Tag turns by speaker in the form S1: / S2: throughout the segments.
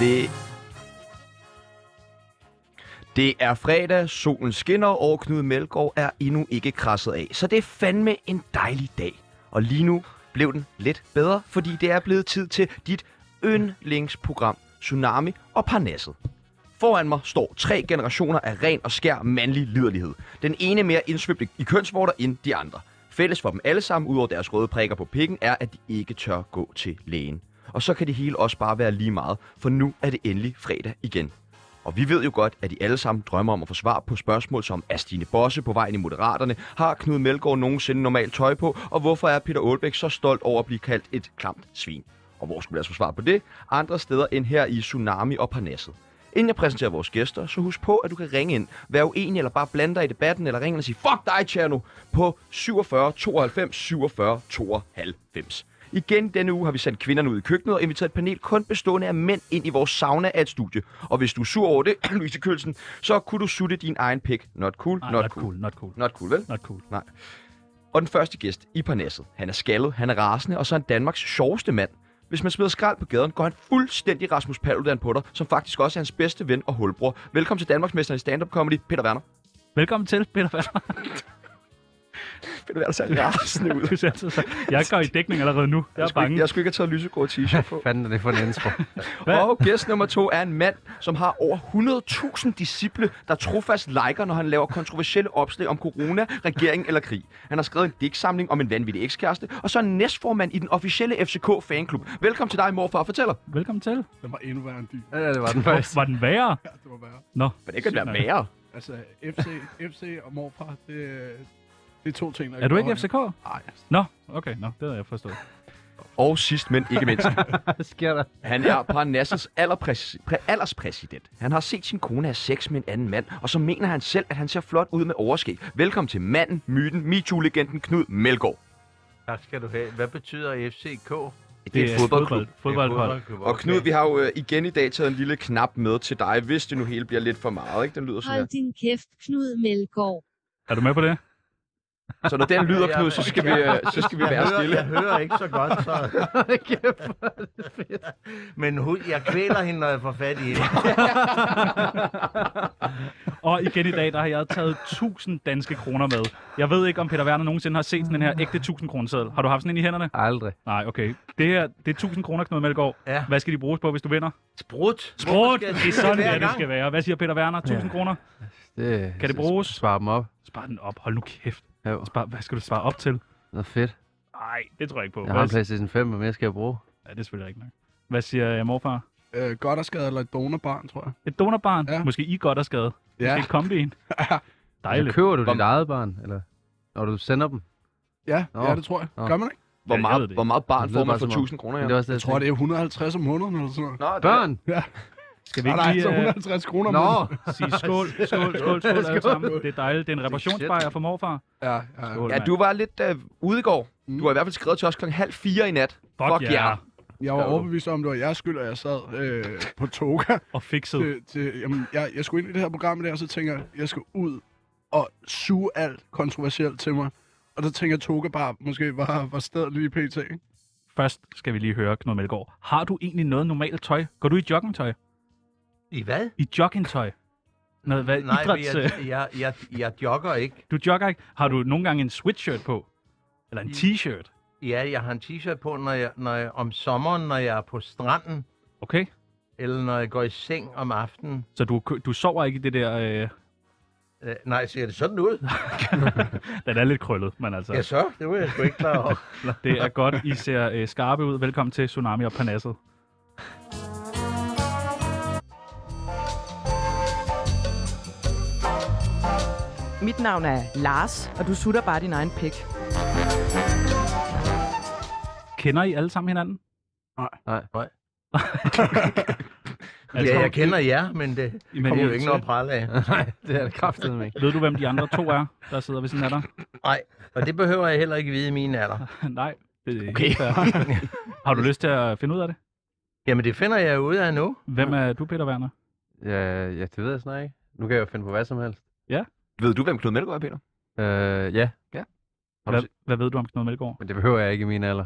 S1: Det... Det er fredag, solen skinner, og Knud Melgaard er endnu ikke krasset af. Så det er fandme en dejlig dag. Og lige nu blev den lidt bedre, fordi det er blevet tid til dit yndlingsprogram Tsunami og Parnasset. Foran mig står tre generationer af ren og skær mandlig liderlighed. Den ene mere indsvøbt i kønsvorter end de andre. Fælles for dem alle sammen, udover deres røde prikker på pikken, er, at de ikke tør gå til lægen. Og så kan det hele også bare være lige meget, for nu er det endelig fredag igen. Og vi ved jo godt, at de alle sammen drømmer om at få svar på spørgsmål som, er Stine Bosse på vejen i Moderaterne? Har Knud Melgaard nogensinde normalt tøj på? Og hvorfor er Peter Aalbæk så stolt over at blive kaldt et klamt svin? Og hvor skulle vi altså få svar på det? Andre steder end her i Tsunami og Parnasset. Inden jeg præsenterer vores gæster, så husk på, at du kan ringe ind, være uenig eller bare blande dig i debatten, eller ringe ind og sige, fuck dig, Tjerno, på 47 92 47 92. Igen denne uge har vi sendt kvinderne ud i køkkenet og inviteret et panel kun bestående af mænd ind i vores sauna af et studie. Og hvis du er sur over det, Louise Kølsen, så kunne du sutte din egen pik. Not cool,
S2: Ej,
S1: Ah, not, cool. cool.
S2: Ah, not cool.
S1: Not cool, vel?
S2: Not cool.
S1: Nej. Og den første gæst i parnasset. Han er skaldet, han er rasende, og så er han Danmarks sjoveste mand. Hvis man smider skrald på gaden, går han fuldstændig Rasmus Paludan på dig, som faktisk også er hans bedste ven og hulbror. Velkommen til Danmarksmesteren i stand-up comedy, Peter Werner.
S2: Velkommen til, Peter Werner.
S1: Peter
S2: altså
S1: Werner ser rasende ud.
S2: Du ser altid så- Jeg går i dækning allerede nu. Jeg
S1: Jeg
S2: er
S1: skulle,
S2: bange.
S1: ikke, jeg skulle ikke have taget lysegrå t-shirt på.
S3: fanden er det for en intro?
S2: Hvad?
S1: Og gæst nummer to er en mand, som har over 100.000 disciple, der trofast liker, når han laver kontroversielle opslag om corona, regering eller krig. Han har skrevet en digtsamling om en vanvittig ekskæreste, og så er han næstformand i den officielle FCK-fanklub. Velkommen til dig, morfar fortæller.
S2: Velkommen til.
S4: Den var endnu værre end din.
S3: ja, det var den
S2: Hvor,
S3: første.
S2: var den værre?
S4: Ja, det var værre.
S2: Nå.
S1: Men det kan
S2: sygt
S1: være
S2: nok.
S1: værre.
S4: Altså, FC, FC og morfar, det, det er to ting, der
S2: Er du
S4: går
S2: ikke
S4: hånd i
S2: FCK?
S4: hånd. Nej,
S2: Nå, okay, nå, det havde jeg forstået.
S1: Og sidst, men ikke mindst,
S3: Hvad sker der?
S1: han er Parnasses allerpræs- præ- alderspræsident. Han har set sin kone have sex med en anden mand, og så mener han selv, at han ser flot ud med overskæg. Velkommen til manden, myten, MeToo-legenden Knud Melgaard.
S5: Tak skal du have. Hvad betyder FCK?
S1: Det, det er en fodboldklub.
S2: Fodboldhold.
S1: Og Knud, vi har jo øh, igen i dag taget en lille knap med til dig, hvis det nu hele bliver lidt for meget, ikke? Den lyder sådan
S6: Hold din kæft, Knud Melgaard.
S2: Er du med på det?
S1: her. Så når den lyder, Knud, så skal vi, øh, så skal vi
S5: jeg
S1: være
S5: hører,
S1: stille.
S5: jeg hører ikke så godt, så... Men hun, jeg kvæler hende, når jeg får fat i hende.
S2: Og igen i dag, der har jeg taget 1000 danske kroner med. Jeg ved ikke, om Peter Werner nogensinde har set sådan en her ægte 1000 kroner seddel. Har du haft sådan en i hænderne?
S3: Aldrig.
S2: Nej, okay. Det her, det er 1000 kroner, Knud Melgaard.
S5: Ja.
S2: Hvad skal de bruges på, hvis du vinder?
S5: Sprut. Hvorfor
S2: Sprut!
S5: skal
S2: Det er
S5: jeg sige
S2: sådan,
S5: hver
S2: det, det
S5: gang?
S2: skal være. Hvad siger Peter Werner? 1000
S3: Ja.
S2: kroner?
S3: Det,
S2: Kan det bruges?
S3: Spar dem op.
S2: Spar den op. Hold nu kæft.
S3: Ja,
S2: Spar, hvad skal du spare op til?
S3: noget fedt.
S2: Nej, det tror jeg ikke på.
S3: Jeg har en
S2: Hvad,
S3: PlayStation 5, men jeg skal jeg bruge.
S2: Ja, det er selvfølgelig rigtigt nok. Hvad siger jeg, morfar?
S4: øh, godt og skadet eller et donorbarn, tror jeg.
S2: Et donorbarn? Ja.
S4: Ja.
S2: Måske I godt er skadet?
S4: Ja,
S2: Måske kombien?
S3: Så
S2: Dejligt.
S3: køber du
S1: Hvor-
S3: dit eget barn, eller når du sender dem?
S4: ja,
S3: Nå.
S4: ja, det tror jeg.
S3: Nå.
S4: Gør man ikke?
S1: Hvor
S2: Ja, jeg ved
S1: meget,
S2: det
S1: hvor meget barn
S3: Det
S1: får
S3: lyder
S1: man
S3: bare
S1: for
S3: som om-
S1: 1000 kroner?
S3: Men det er også det,
S4: Jeg tror, det er 150 om måneden eller sådan noget.
S1: Nå, det
S3: Børn!
S2: Skal vi
S4: Nej,
S2: ikke
S4: nej,
S2: lige
S4: altså
S2: uh,
S4: 150 kroner om
S3: Nå!
S4: måneden.
S2: sige skål, skål, skål, skål, alle sammen? Det er dejligt. Det er en reparationsbejr for morfar.
S4: Ja, ja. ja.
S2: Skål,
S1: Ja,
S2: mand.
S1: du var lidt øh, ude i går.
S4: Mm.
S1: Du har i hvert fald skrevet til os klokken halv fire i nat.
S2: Fuck,
S1: Fuck
S2: ja.
S1: yeah.
S4: Jeg var
S1: Gør du.
S4: overbevist om, at det var jeres skyld, at jeg sad øh, på toga.
S2: Og fikset.
S4: til, til, jamen, jeg, jeg skulle ind i det her program i dag, og så tænker jeg, jeg skal ud og suge alt kontroversielt til mig. Og der tænker jeg, Toga bare måske var, var stedet lige pt. ikke?
S2: Først skal vi lige høre, Knud Melgaard. Har du egentlig noget normalt tøj? Går du i joggingtøj?
S5: I hvad?
S2: I joggingtøj? Noget, hvad,
S5: Nej, men
S2: idræts... øh,
S5: jeg, jeg, jeg, jeg jogger ikke.
S2: Du jogger ikke? Har du nogle gange en sweatshirt på? Eller en t-shirt?
S5: Ja, jeg har en t-shirt på når jeg, når jeg, om sommeren, når jeg er på stranden,
S2: Okay?
S5: eller når jeg går i seng om aftenen.
S2: Så du, kø- du sover ikke i det der... Øh,
S5: Øh, nej, ser det sådan ud?
S2: den er lidt krøllet, men altså...
S5: Ja, så. Det var jeg sgu ikke klar over.
S2: Det er godt, I ser øh, skarpe ud. Velkommen til Tsunami og Parnasset.
S7: Mit navn er Lars, og du sutter bare din egen pik.
S2: Kender I alle sammen hinanden?
S3: Nej.
S2: Altså,
S5: Ja, jeg kender jer, men det,
S2: men
S5: det er jo
S2: I-
S5: ikke noget at prale af.
S3: Nej, det er det kraftedeme ikke.
S2: Ved du, hvem de andre to er, der sidder ved siden af dig?
S5: Nej, og det behøver jeg heller ikke vide i min alder.
S2: Nej. Det er
S1: Okay.
S2: helt fair. Har du lyst til at finde ud af det?
S5: Jamen, det finder jeg ud af nu.
S2: Hvem er du, Peter Werner?
S3: Ja, ja, det ved jeg snart ikke. Nu kan jeg jo finde på hvad som helst.
S1: Ved du, hvem Knud Melgaard er, Peter?
S3: Øh, ja, Har du
S2: Hvad,
S3: set-
S2: hvad ved du om Knud Melgaard?
S3: men det behøver jeg ikke i min alder.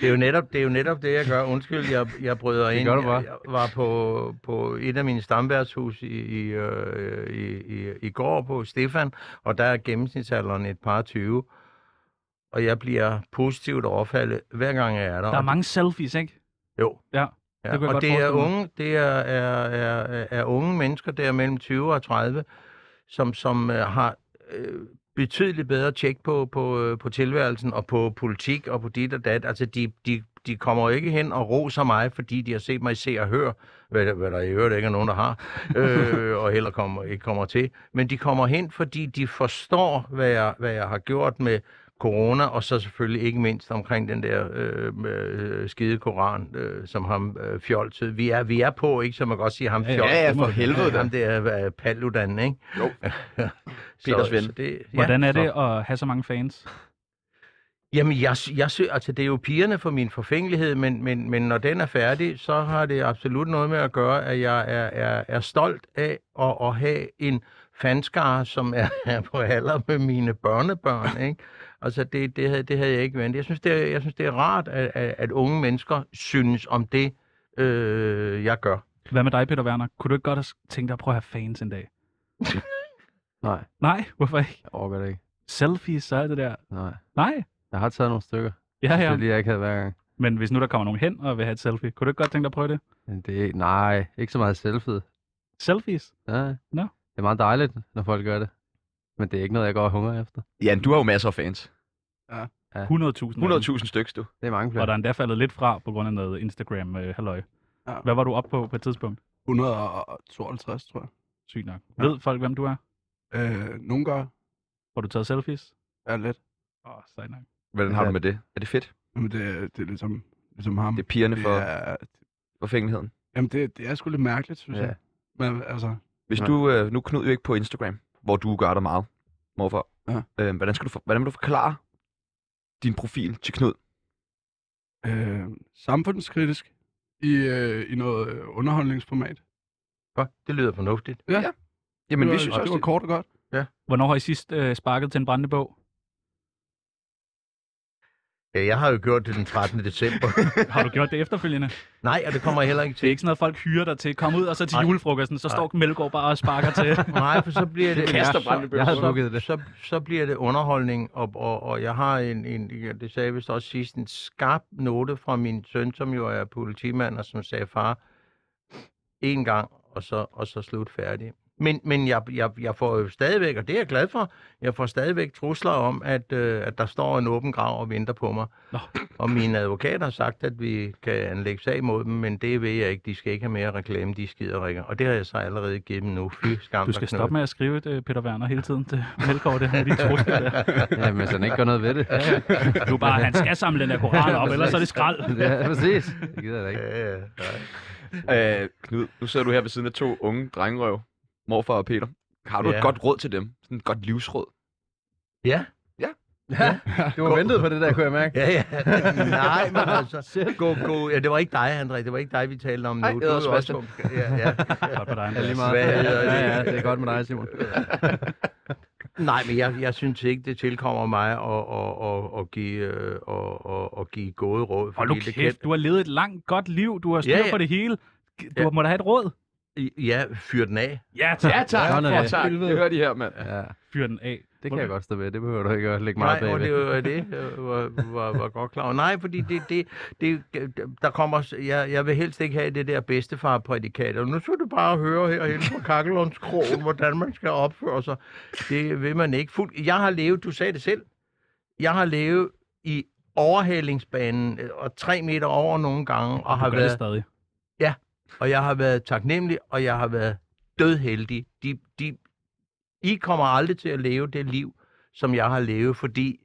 S5: Det er jo netop det, er jo netop det jeg gør. Undskyld, jeg, jeg bryder ind.
S3: gør du bare.
S5: Jeg, jeg var på, på et af mine stamværtshus i, i, øh, i, i, i går på Stefan, og der er gennemsnitsalderen et par 20. Og jeg bliver positivt overfaldet, hver gang jeg er der.
S2: Der er
S5: Og-
S2: mange selfies, ikke?
S5: Jo.
S2: Ja,
S5: Ja,
S2: det kunne jeg
S5: og
S2: godt
S5: det er
S2: forestille mig.
S5: unge, det er, er, er, er unge mennesker der mellem 20 og 30, som, som øh, har øh, betydeligt bedre tjek på, på, øh, på tilværelsen og på politik og på dit og dat. Altså, de, de, de kommer jo ikke hen og roser mig, fordi de har set mig i se og høre, hvad, der- hvad der i øvrigt ikke er nogen, der har, øh, og heller kommer, ikke kommer til. Men de kommer hen, fordi de forstår, hvad jeg, hvad jeg har gjort med corona, og så selvfølgelig ikke mindst omkring den der øh, øh, skide koran, øh, som ham øh, fjolsede. Vi er, vi er på, ikke? Som man godt sige, ham
S2: Ja, ja,
S5: fjolsede.
S1: ja, for helvede da.
S5: Ham der øh, Paludan, ikke?
S1: Jo.
S5: så,
S1: Peters ven.
S5: så det, ja,
S2: Hvordan er
S5: så-
S2: det at have så mange fans?
S5: Jamen, jeg, sy- jeg søger, altså det er jo pigerne for min forfængelighed, men, men, men når den er færdig, så har det absolut noget med at gøre, at jeg er, er, er stolt af at, at have en fanskare, som er, er på alder med mine børnebørn, ikke? Altså, det, det, havde, det havde jeg ikke ventet. Jeg synes, det er, jeg synes, det er rart, at, at, at unge mennesker synes om det, øh, jeg gør.
S2: Hvad med dig, Peter Werner? Kunne du ikke godt have tænkt dig at prøve at have fans en dag?
S3: Nej,
S2: Nej, hvorfor ikke?
S3: jeg overgår det ikke.
S2: Selfies, så er det der.
S3: Nej.
S2: Nej,
S3: Jeg har taget nogle stykker.
S2: ja,
S3: Det er
S2: ja.
S3: lige, jeg ikke havde hver gang.
S2: Men hvis nu der kommer nogen hen og vil have et selfie, kunne du ikke godt tænke dig at prøve det?
S3: Men det er, nej, ikke så meget selvfed.
S2: Selfies?
S3: Nej.
S2: Nå.
S3: Det er meget dejligt, når folk gør det. Men det er ikke noget, jeg går og hungrer efter.
S1: Jan, du har jo masser af fans.
S2: 100.000.
S1: 100.000 stykker, du.
S3: Det er mange flere.
S2: Og der er endda faldet lidt fra på grund af noget Instagram øh, halløj.
S4: Ja.
S2: Hvad var du oppe på på et tidspunkt?
S4: 152, tror jeg.
S2: Sygt nok. Ved folk, hvem du er?
S4: Øh, nogle gør
S2: Har du taget selfies?
S4: er lidt,
S2: Åh, oh, sejt nok.
S1: Hvordan har du med det? Er det fedt?
S4: men det, er- det er ligesom, ligesom ham.
S1: Det er pigerne for
S4: er,
S1: forfængeligheden.
S4: jamen, det, det er sgu lidt mærkeligt, synes
S3: Ja.
S4: ja. jeg. Men altså,
S1: Hvis
S3: Nej.
S1: du, øh, nu Knud jo ikke på Instagram, hvor du gør dig meget, morfar.
S4: Ja.
S1: Øh, hvordan, skal du for, hvordan vil du forklare din profil til Knud?
S4: øh, samfundskritisk i, øh, i noget øh, underholdningsformat.
S5: Hva? Det lyder fornuftigt.
S1: Jamen, vi
S4: det var,
S1: synes
S4: det
S1: også,
S4: var
S1: det,
S4: kort og godt.
S2: Hvornår har I sidst øh, sparket til en brændende bog?
S5: Ja, jeg har jo gjort det den 13. december.
S2: Har du gjort det efterfølgende?
S5: Nej, og det kommer jeg heller ikke
S2: Det er
S5: til.
S2: ikke sådan noget, folk hyrer dig til. Kom ud, og så til
S5: Ej.
S2: julefrokosten, så står Melgaard bare og sparker til.
S5: Nej, for så bliver det...
S1: kaster
S5: så-
S1: brændebølger.
S3: Jeg havde
S5: så,
S3: booket det.
S5: så, så bliver det underholdning, og, og, og jeg har en, en, ja, det sagde jeg vist også sidst, en skarp note fra min søn, som jo er politimand, og som sagde, far, en gang, og så, og så slut færdig. Men, men jeg, jeg, jeg får jo stadigvæk, og det er jeg glad for, jeg får stadigvæk trusler om, at, øh, at der står en åben grav og venter på mig.
S2: Nå.
S5: Og mine advokater har sagt, at vi kan anlægge sag mod dem, men det vil jeg ikke. De skal ikke have mere reklame, de skider ringer. Og det har jeg så allerede givet dem nu. Fy, skam
S2: Du
S5: og
S2: skal
S5: knud.
S2: stoppe med at skrive det, Peter Werner, hele tiden til Melgaard, det her med de trusler der.
S3: Ja, men hvis han ikke gør noget ved det. Ja,
S2: Du er bare, han skal samle den der koran op, ellers er det skrald.
S3: ja præcis. Det gider jeg da ikke.
S5: Ja, ja, nej.
S1: øh, Knud, nu sidder du her ved siden af to unge drengerøv, morfar og Peter. Har du ja.
S5: Ja.
S1: et godt råd til dem? Sådan et godt livsråd?
S5: Ja.
S3: Ja, du har ventet på det der, kunne jeg mærke.
S5: Ja, ja. Nej, men altså. Gå, gå. Ja, det var ikke dig, André. Det var ikke dig, vi talte om nu.
S1: Ej,
S5: Du
S1: det var
S5: er
S1: også
S5: jo Ja, ja.
S2: Godt for dig,
S3: Ja, lige
S2: Andreas.
S3: meget.
S5: Hvad
S3: Ja,
S5: hedder
S3: ja,
S5: det?
S3: ja, det er godt med dig, Simon.
S5: Nej, men jeg, jeg synes ikke, det tilkommer mig at, at, at, at, give, øh, at, at, at give gode råd.
S2: Hold nu
S5: fordi det
S2: kæft, du har levet et langt, godt liv. Du har styr
S5: Ja, ja.
S2: på det hele. Du
S5: Ja.
S2: må da have et råd.
S5: kan- Ja, fyr den af.
S2: Ja, tak. Ja, tak.
S3: Sådan er
S1: Ja,
S3: det.
S1: tak. Det hører de her, mand.
S3: Ja,
S2: Fyr den af.
S3: det kan jeg godt stå ved. Det behøver du ikke at lægge meget
S5: Nej, og
S3: bagved.
S5: det var det, øh, jeg var, var, var godt klar over. Nej, fordi det, det, det, der kommer, s- jeg, jeg vil helst ikke have det der bedstefar-prædikat. Og nu skal du bare høre herhen fra Kakkelundskrogen, hvordan man skal opføre sig. Det vil man ikke. Fuld, jeg har levet, du sagde det selv, jeg har levet i overhalingsbanen øh, og tre meter over nogle gange, og, har
S2: Du gør det
S5: været,
S2: stadig.
S5: og jeg har været taknemmelig, og jeg har været dødheldig. De, de, I kommer aldrig til at leve det liv, som jeg har levet, fordi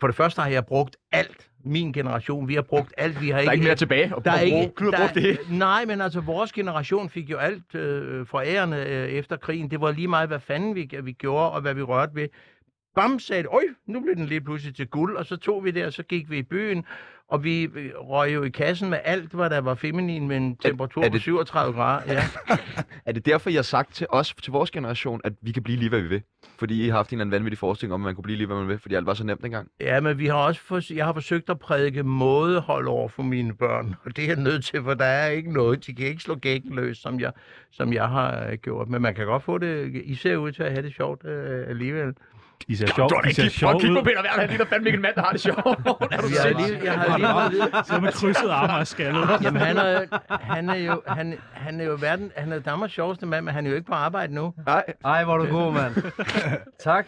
S5: for det første har jeg brugt alt. Min generation, vi har brugt alt. Vi har
S1: Der er ikke mere tilbage. Og
S5: der er ikke,
S1: Knud har brugt det hele.
S5: Nej, men altså, vores generation fik jo alt øh, forærende øh, efter krigen. Det var lige meget, hvad fanden vi, vi gjorde, og hvad vi rørte ved. Bam sagde, det, øj, nu blev den lige pludselig til guld, og så tog vi det, og så gik vi i byen, og vi øh, røg jo i kassen med alt, hvad der var feminin med en temperatur
S1: er
S5: på
S1: det-
S5: 37 grader. Ja.
S1: Er det derfor, I har sagt til os, til vores generation, at vi kan blive lige, hvad vi vil? Fordi I har haft en eller anden vanvittig forestilling om, at man kunne blive lige, hvad man vil, fordi alt var så nemt dengang.
S5: Ja, men vi har også fors- jeg har forsøgt at prædike mådehold over for mine børn, og det er jeg nødt til, for der er ikke noget. De kan ikke slå gækken løs, som jeg, som jeg har øh, gjort. Men man kan godt få det, I ser ud til at have det sjovt øh, alligevel.
S2: De ser sjov, de ser sjov
S1: Kig på
S2: ud.
S1: Peter Werner, han ligner fandme ikke en mand, der har det sjovt. er du
S5: Jeg har
S1: selv?
S5: lige, jeg har lige fået at vide-
S2: Så med krydset arme og skaldet.
S5: Jamen, han er, han er jo, han, han er jo verden, han er Danmarks sjoveste mand, men han er jo ikke på arbejde nu.
S1: Nej,
S8: Ej, hvor er du god, mand. tak.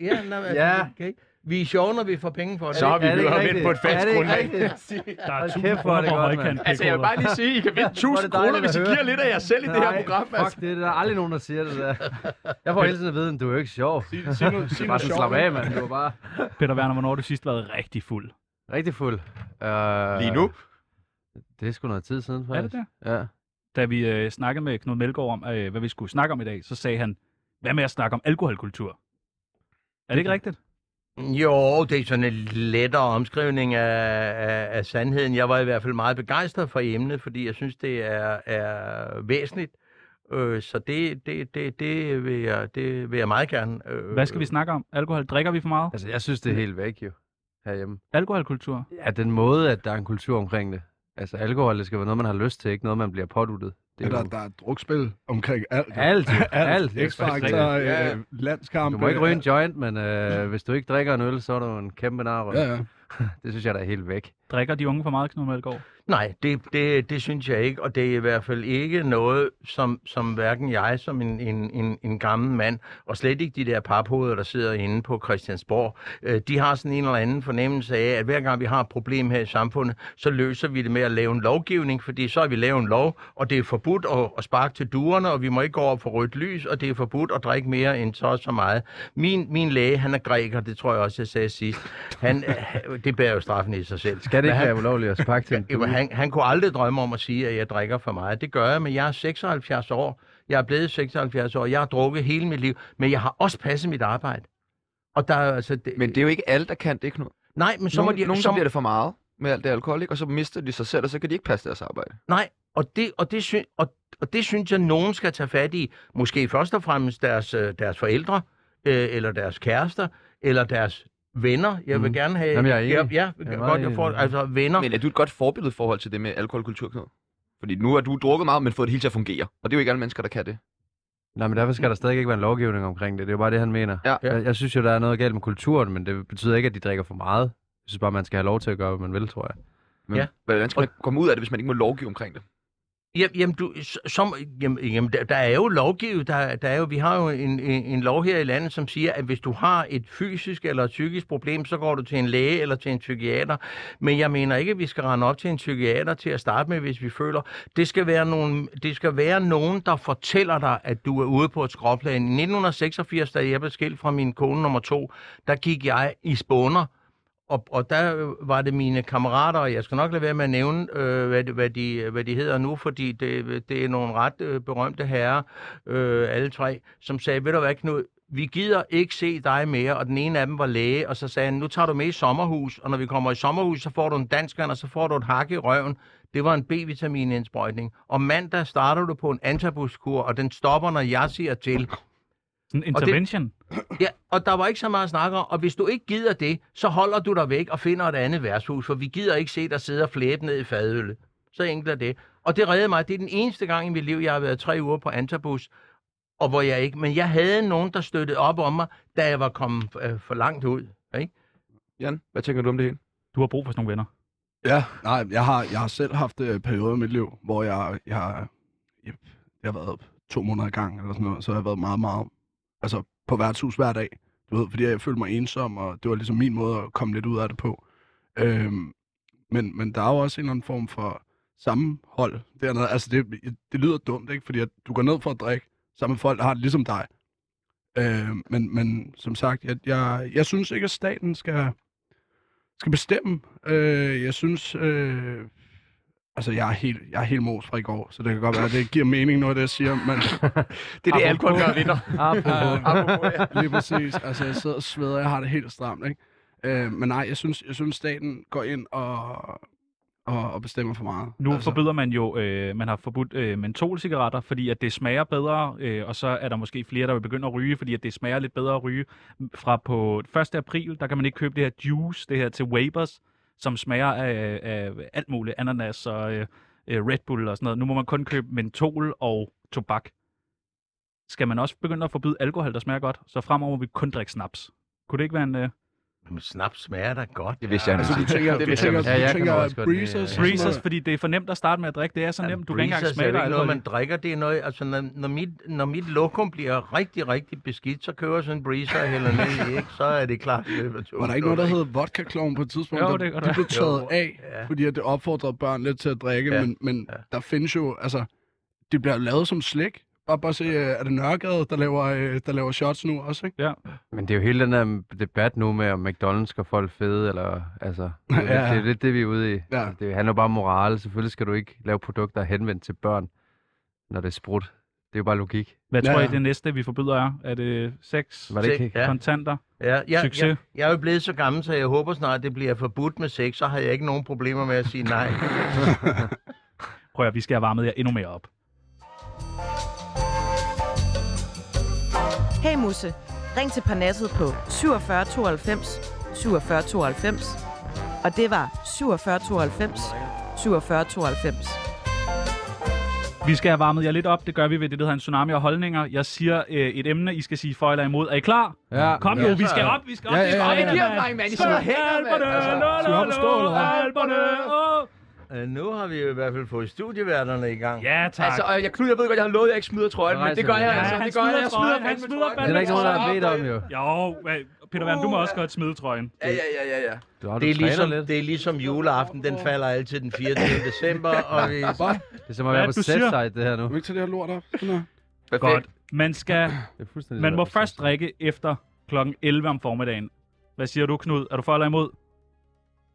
S5: Ja, nej, altså,
S8: Ja.
S5: Okay. Vi er sjove, når vi får penge for det.
S1: Så har vi
S8: Er det ikke
S1: videre
S8: rigtigt?
S1: vendt på et
S8: Er
S1: fast
S8: det ikke
S1: grundlag.
S8: rigtigt?
S2: Der er
S8: Hold
S2: 1000
S8: kæft, hvor er
S2: kroner
S8: det
S2: på
S8: godt,
S2: højkant.
S8: mand.
S1: Altså, jeg vil bare lige sige, I kan vinde 1000 kroner,
S8: dejligt
S1: hvis I
S8: at
S1: giver
S8: høre.
S1: lidt af jer selv i det her program.
S8: fuck
S1: Altså.
S8: det, der er aldrig nogen, der siger det der. Jeg får hele tiden at vide, at du er jo ikke sjov.
S4: Sig, sig noget, sig
S8: Bare
S4: noget
S8: sådan,
S4: sjovt.
S8: slap af, mand. Du er bare
S2: Peter Werner, hvornår har du sidst været rigtig fuld?
S8: rigtig fuld. Uh,
S1: Lige nu.
S8: Det er sgu noget tid siden,
S2: Er det
S8: faktisk.
S2: det?
S8: Ja.
S2: Da vi øh, snakkede med Knud Melgaard om, øh, hvad vi skulle snakke om i dag, så sagde han, hvad med at snakke om alkoholkultur? Er det ikke rigtigt?
S5: Jo, det er sådan en lettere omskrivning af, af, af sandheden. Jeg var i hvert fald meget begejstret for emnet, fordi jeg synes, det er, er væsentligt. Øh, så det, det, det, det, vil jeg, det vil jeg meget gerne. Øh,
S2: Hvad skal vi snakke om? Alkohol? Drikker vi for meget?
S8: Altså, jeg synes, det er helt væk, jo. Herhjemme.
S5: Altså-
S2: Alkoholkultur?
S8: Ja, den måde, at der er en kultur omkring det. Altså, alkohol, det skal være noget, man har lyst til, ikke noget, man bliver påduttet. Det
S4: Ja,
S8: er
S4: der,
S8: jo
S4: der er drukspil omkring alt.
S8: alt, jo. alt. Det er faktisk
S4: X-Factor,
S8: rigtigt.
S4: øh, landskampe.
S8: Du må ikke ryge en joint, men øh, hvis du ikke drikker en øl, så er du en kæmpe nar.
S4: Ja, ja.
S8: Det synes jeg, der er helt væk.
S2: Drikker de unge for meget, Knud Melgaard?
S5: Nej, det, det, det synes jeg ikke, og det er i hvert fald ikke noget, som, som hverken jeg som en, en, en, en gammel mand, og slet ikke de der paphoveder, der sidder inde på Christiansborg, øh, de har sådan en eller anden fornemmelse af, at hver gang vi har et problem her i samfundet, så løser vi det med at lave en lovgivning, fordi så har vi lavet en lov, og det er forbudt at, at sparke til duerne, og vi må ikke gå over for rødt lys, og det er forbudt at drikke mere end så og så meget. Min, min læge, han er græker, det tror jeg også, jeg sagde sidst. Han, øh, det bærer jo straffen i sig selv.
S8: Kan det
S5: Men
S8: ikke
S5: han-
S8: være ulovligt at sparke til en
S5: Jamen, han, han kunne aldrig drømme om at sige, at jeg drikker for meget. Det gør jeg, men jeg er 76 år. Jeg er blevet 76 år. Jeg har drukket hele mit liv, men jeg har også passet mit arbejde. Og der er altså... Det,
S1: Men det er jo ikke alle, der kan det, Knud.
S5: nej, men så må
S1: Nogle,
S5: de...
S1: nogen,
S5: så,
S1: der bliver det for meget med alt det alkohol, ikke? og så mister de sig selv, og så kan de ikke passe deres arbejde.
S5: Nej, og det, og, det sy- og, og det synes jeg, nogen skal tage fat i. Måske først og fremmest deres, øh, deres forældre, øh, eller deres kærester, eller deres venner. Jeg vil
S8: Mhm.
S5: gerne have...
S8: Jamen, jeg er enig.
S5: Ja, ja
S8: Jeg er meget
S5: godt, jeg
S8: enig.
S5: får... Altså, venner...
S1: Men er du et godt forbillede i forhold til det med alkoholkultur, Knud? Fordi nu har du drukket meget, men fået det hele til at fungere. Og det er jo ikke alle mennesker, der kan det.
S8: Nej, men derfor skal der stadig ikke være en lovgivning omkring det. Det er jo bare det, han mener.
S1: Ja.
S8: Jeg, jeg synes jo, der er noget galt med kulturen, men det betyder ikke, at de drikker for meget. Jeg synes bare, man skal have lov til at gøre, hvad man vil, tror jeg.
S1: Men
S5: Ja.
S1: hvordan skal man komme ud af det, hvis man ikke må lovgive omkring det?
S5: Jamen, jamen, du, s- som, jamen, jamen der, der er jo lovgivet, der, der er jo, vi har jo en, en, en lov her i landet, som siger, at hvis du har et fysisk eller et psykisk problem, så går du til en læge eller til en psykiater. Men jeg mener ikke, at vi skal rende op til en psykiater til at starte med, hvis vi føler, det skal være nogen, det skal være nogen der fortæller dig, at du er ude på et skråplan. I 1986, da jeg blev skilt fra min kone nummer to, der gik jeg i spåner og, og der øh, var det mine kammerater, og jeg skal nok lade være med at nævne, øh, hvad, de- hvad, de, hvad de hedder nu, fordi det, det er nogle ret øh, berømte herrer, øh, alle tre, som sagde, ved du hvad Knud, vi gider ikke se dig mere, og den ene af dem var læge, og så sagde han, nu tager du med i sommerhus, og når vi kommer i sommerhus, så får du en danskeren, og så får du et hak i røven. Det var en B-vitaminindsprøjtning. Og mandag starter du på en antabuskur, og den stopper, når jeg siger til.
S2: Sådan en
S5: Og det-
S2: intervention?
S5: Ja, og der var ikke så meget at snakke om, og hvis du ikke gider det, så holder du dig væk og finder et andet værtshus, for vi gider ikke se dig sidde og flæbe ned i fadølle. Så enkelt er det. Og det reddede mig. Det er den eneste gang i mit liv, jeg har været tre uger på Antabus, og hvor jeg ikke... Men jeg havde nogen, der støttede op om mig, da jeg var kommet øh, for langt ud. Ikke?
S1: Jan, hvad tænker du om det hele?
S2: Du har brug for sådan nogle venner.
S4: Ja, nej, jeg har, jeg har selv haft øh, perioder i mit liv, hvor jeg, jeg, jeg, jeg har været op to måneder i gang, eller sådan noget, så har jeg været meget, meget altså, på værtshus hver dag. Du ved, fordi jeg følte mig ensom, og det var ligesom min måde at komme lidt ud af det på. Øhm, men, men der er jo også en eller anden form for sammenhold dernede. Altså, det, det lyder dumt, ikke? Fordi at du går ned for at drikke sammen med folk, der har det ligesom dig. Øhm, men, men som sagt, jeg, jeg, jeg synes ikke, at staten skal skal bestemme. Øh, jeg synes, øh, Altså, jeg er helt, jeg er helt mos fra i går, så det kan godt være, at det giver mening, noget af det, jeg siger, men
S1: Det er det,
S4: Apropos-
S1: alkohol gør vinder.
S2: Ah,
S1: Apropos, ja.
S4: Lige præcis. Altså, jeg sidder og sveder, jeg har det helt stramt, ikke? Øh, men nej, jeg synes, jeg synes, staten går ind og, og, og bestemmer for meget.
S2: Nu altså.
S4: altså,
S2: forbyder man jo, øh, man har forbudt øh, mentolcigaretter, fordi at det smager bedre, øh, og så er der måske flere, der vil begynde at ryge, fordi at det smager lidt bedre at ryge. Fra på 1. april, der kan man ikke købe det her juice, det her til wafers, som smager af, af alt muligt, ananas og øh, øh, Red Bull og sådan noget. Nu må man kun købe mentol og tobak. Skal man også begynde at forbyde alkohol, der smager godt, så fremover vil vi kun drikke snaps. Kunne det ikke være en... Øh...
S5: Men snaps smager da godt.
S1: Det vidste jeg
S4: Altså,
S1: nok.
S4: du tænker,
S1: Det
S4: du
S1: vidste jeg
S4: tænker,
S1: også.
S4: du
S3: Ja, jeg kan også
S4: tænker
S3: godt lide,
S4: breezers.
S3: øh,
S2: Breezers, fordi det er for nemt at starte med at drikke. Det er så nemt, du kan ikke engang
S5: Breezers
S2: smage
S5: Altså- er
S2: dig
S5: jo ikke noget,
S2: alkohol.
S5: man drikker. Det er noget, altså, når, når, mit, når mit lokum bliver rigtig, rigtig beskidt, så kører jeg sådan en breezer og hælder ned i, ikke? Så er det klart. det er
S4: Var der ikke noget, der hed vodka kloven på et tidspunkt?
S2: Jo,
S4: der-
S2: det kan godt
S4: de blev
S5: være.
S4: taget
S5: Jo,
S4: af,
S5: ja.
S4: fordi at det opfordrede børn lidt til at drikke,
S5: Ja,
S4: men, men
S5: ja.
S4: der findes jo, altså, det bliver lavet som slik. Bare, bare se, øh, er det Nørregade, der laver, øh, der laver shots nu også, ikke?
S8: Men det er jo hele den der debat nu med, om McDonald's skal folk fede, eller altså... Det er,
S4: Ja.
S8: ja. det, er lidt det, vi er ude i. Altså,
S4: Ja.
S8: Det handler bare om moral. Selvfølgelig skal du ikke lave produkter henvendt til børn, når det er sprudt. Det er jo bare logik.
S2: Hvad
S4: Ja,
S2: tror I,
S4: ja.
S2: det næste, vi forbyder er? Er det sex,
S8: Var det ikke
S5: Ja.
S2: kontanter?
S5: Ja, ja,
S2: Succes.
S5: Jeg, jeg er jo blevet så gammel, så jeg håber snart, det bliver forbudt med sex, så har jeg ikke nogen problemer med at sige nej.
S2: Prøv at vi skal have varmet jer endnu mere op.
S7: Hey Musse, ring til Parnasset på 47 92 47 92. Og det var 47 92 47 92.
S2: Vi skal have varmet jer lidt op. Det gør vi ved det, der hedder en tsunami af holdninger. Jeg siger øh, et emne, I skal sige for eller imod. Er I klar?
S8: Ja.
S2: Kom nu, vi skal op, vi skal op.
S4: Ja,
S2: vi skal
S4: ja, ja,
S2: op,
S4: ja.
S2: mand.
S1: Giv mig, mand. I
S2: Spørg
S1: sidder og hænger, mand.
S2: alberne,
S1: Altså,
S2: lå,
S8: skal vi
S2: lå,
S8: op og stå,
S2: lå,
S8: eller hvad?
S2: alberne, åh.
S5: Øh, nu har vi jo i hvert fald fået studieværterne i gang.
S2: Ja, tak.
S1: Altså, og jeg, Knud, jeg ved godt, jeg har lovet, at jeg ikke smider trøjen, men det gør jeg
S8: Ja,
S1: altså.
S2: han
S1: Det gør jeg, jeg
S2: smider
S1: smider
S2: trøjen, han
S1: fandme
S2: smider
S1: trøjen.
S8: Det er
S2: fandme
S8: der ikke nogen, der har bedt om, jo.
S2: Jo, øh, Peter Werner, du må også godt smide trøjen.
S1: Ja, ja, ja, ja, ja.
S8: Du, har, du
S5: Det er, ligesom,
S8: lidt.
S5: det er ligesom juleaften, den falder altid den 24. december, og vi...
S8: Det er som
S2: Hvad
S8: at være
S2: er
S8: på
S2: det, du siger?
S8: set det her nu.
S4: Kan vi ikke tage det her lort op? Sådan her.
S1: Perfekt.
S2: Godt. Man, skal,
S8: Det er fuldstændig
S2: man
S8: som
S2: må
S8: at være på
S2: først
S8: set-side.
S2: drikke efter kl. 11 om formiddagen. Hvad siger du, Knud? Er du for eller imod?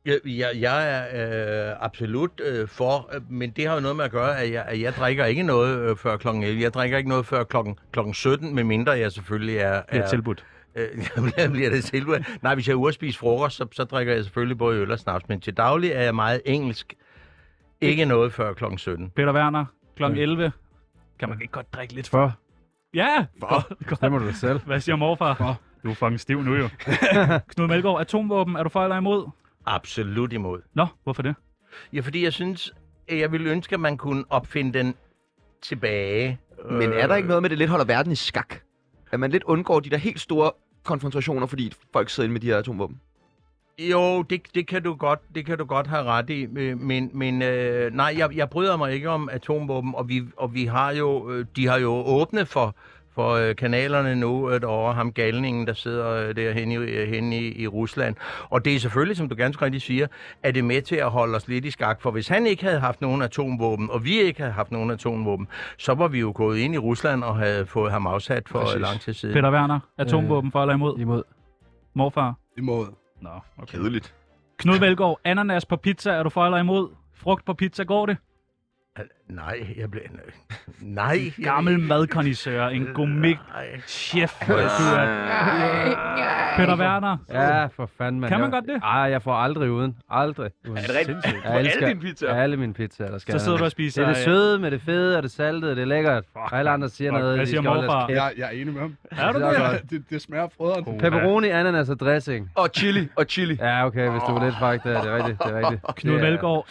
S5: Jeg, jeg, jeg er øh, absolut øh, for, øh, men det har jo noget med at gøre, at jeg, at jeg drikker ikke noget øh, før kl. 11. Jeg drikker ikke noget før kl. klokken 17, medmindre jeg selvfølgelig er...
S2: Det er
S5: er
S2: tilbudt.
S5: Øh, jeg bliver det selv. Nej, hvis jeg er ude at spise frokost, så, så drikker jeg selvfølgelig både øl og snaps, men til daglig er jeg meget engelsk. Ikke noget før kl. 17.
S2: Peter Werner, kl. 11. Kan man ikke godt drikke lidt før? Ja! Godt, godt.
S8: Det må du da selv.
S2: Hvad siger morfar?
S4: Hvor?
S2: Du er fucking stiv nu jo. Knud Melgaard, atomvåben, er du for eller imod?
S5: Absolut imod.
S2: Nå, hvorfor det?
S5: Ja, fordi jeg synes, at jeg ville ønske, at man kunne opfinde den tilbage.
S1: Men er der ikke
S5: Øh.
S1: noget med, at det lidt holder verden i skak? At man lidt undgår de der helt store konfrontationer, fordi folk sidder inde med de her atomvåben?
S5: Jo, det, det, kan du godt, det kan du godt have ret i, øh, men, men øh, nej, jeg, jeg bryder mig ikke om atomvåben, og, vi, og vi har jo, øh, de har jo åbnet for, for øh, kanalerne nu øh, derovre, ham galningen, der sidder øh, derhenne i, henne i, i Rusland. Og det er selvfølgelig, som du ganske rigtigt siger, at det er med til at holde os lidt i skak, for hvis han ikke havde haft nogen atomvåben, og vi ikke havde haft nogen atomvåben, så var vi jo gået ind i Rusland og havde fået ham afsat for Præcis.
S8: Præcis.
S5: lang tid siden.
S2: Peter Werner, atomvåben for eller imod?
S8: Imod.
S2: Morfar?
S4: Imod.
S2: Øh. Nå, okay.
S1: Kedeligt.
S2: Knud Melgaard, ananas på pizza, er du for eller imod? Frugt på pizza, går det?
S5: Nej, jeg blev... Nej. jeg-
S2: Gammel madkondisør, en gourmet
S5: Nej.
S2: chef. du er. Peter Werner,
S8: Ja, for fanden, man.
S2: Kan man godt det?
S8: Ej, jeg får aldrig uden. Aldrig. Uden. Er det
S1: rigtigt?
S8: Jeg elsker alle, pizzaer. alle mine pizzaer, der skal
S2: så sidder
S8: være.
S2: du og spiser...
S8: Det er det søde med det fede og det saltede, det er lækkert. Og alle andre siger
S2: fuck.
S8: noget,
S2: Hvad
S8: de
S2: siger
S8: skal holde deres
S2: morfar?
S8: kæft.
S4: Jeg, jeg er enig med ham.
S2: Er du
S8: Det er
S2: det?
S8: godt.
S4: Det, det smager frøderen.
S8: Pepperoni, ananas og dressing.
S1: Og chili, og chili.
S8: Ja, okay, hvis du er lidt fucked, det er det er rigtigt, det er rigtigt.
S2: Knud
S8: Det er-
S2: Melgaard,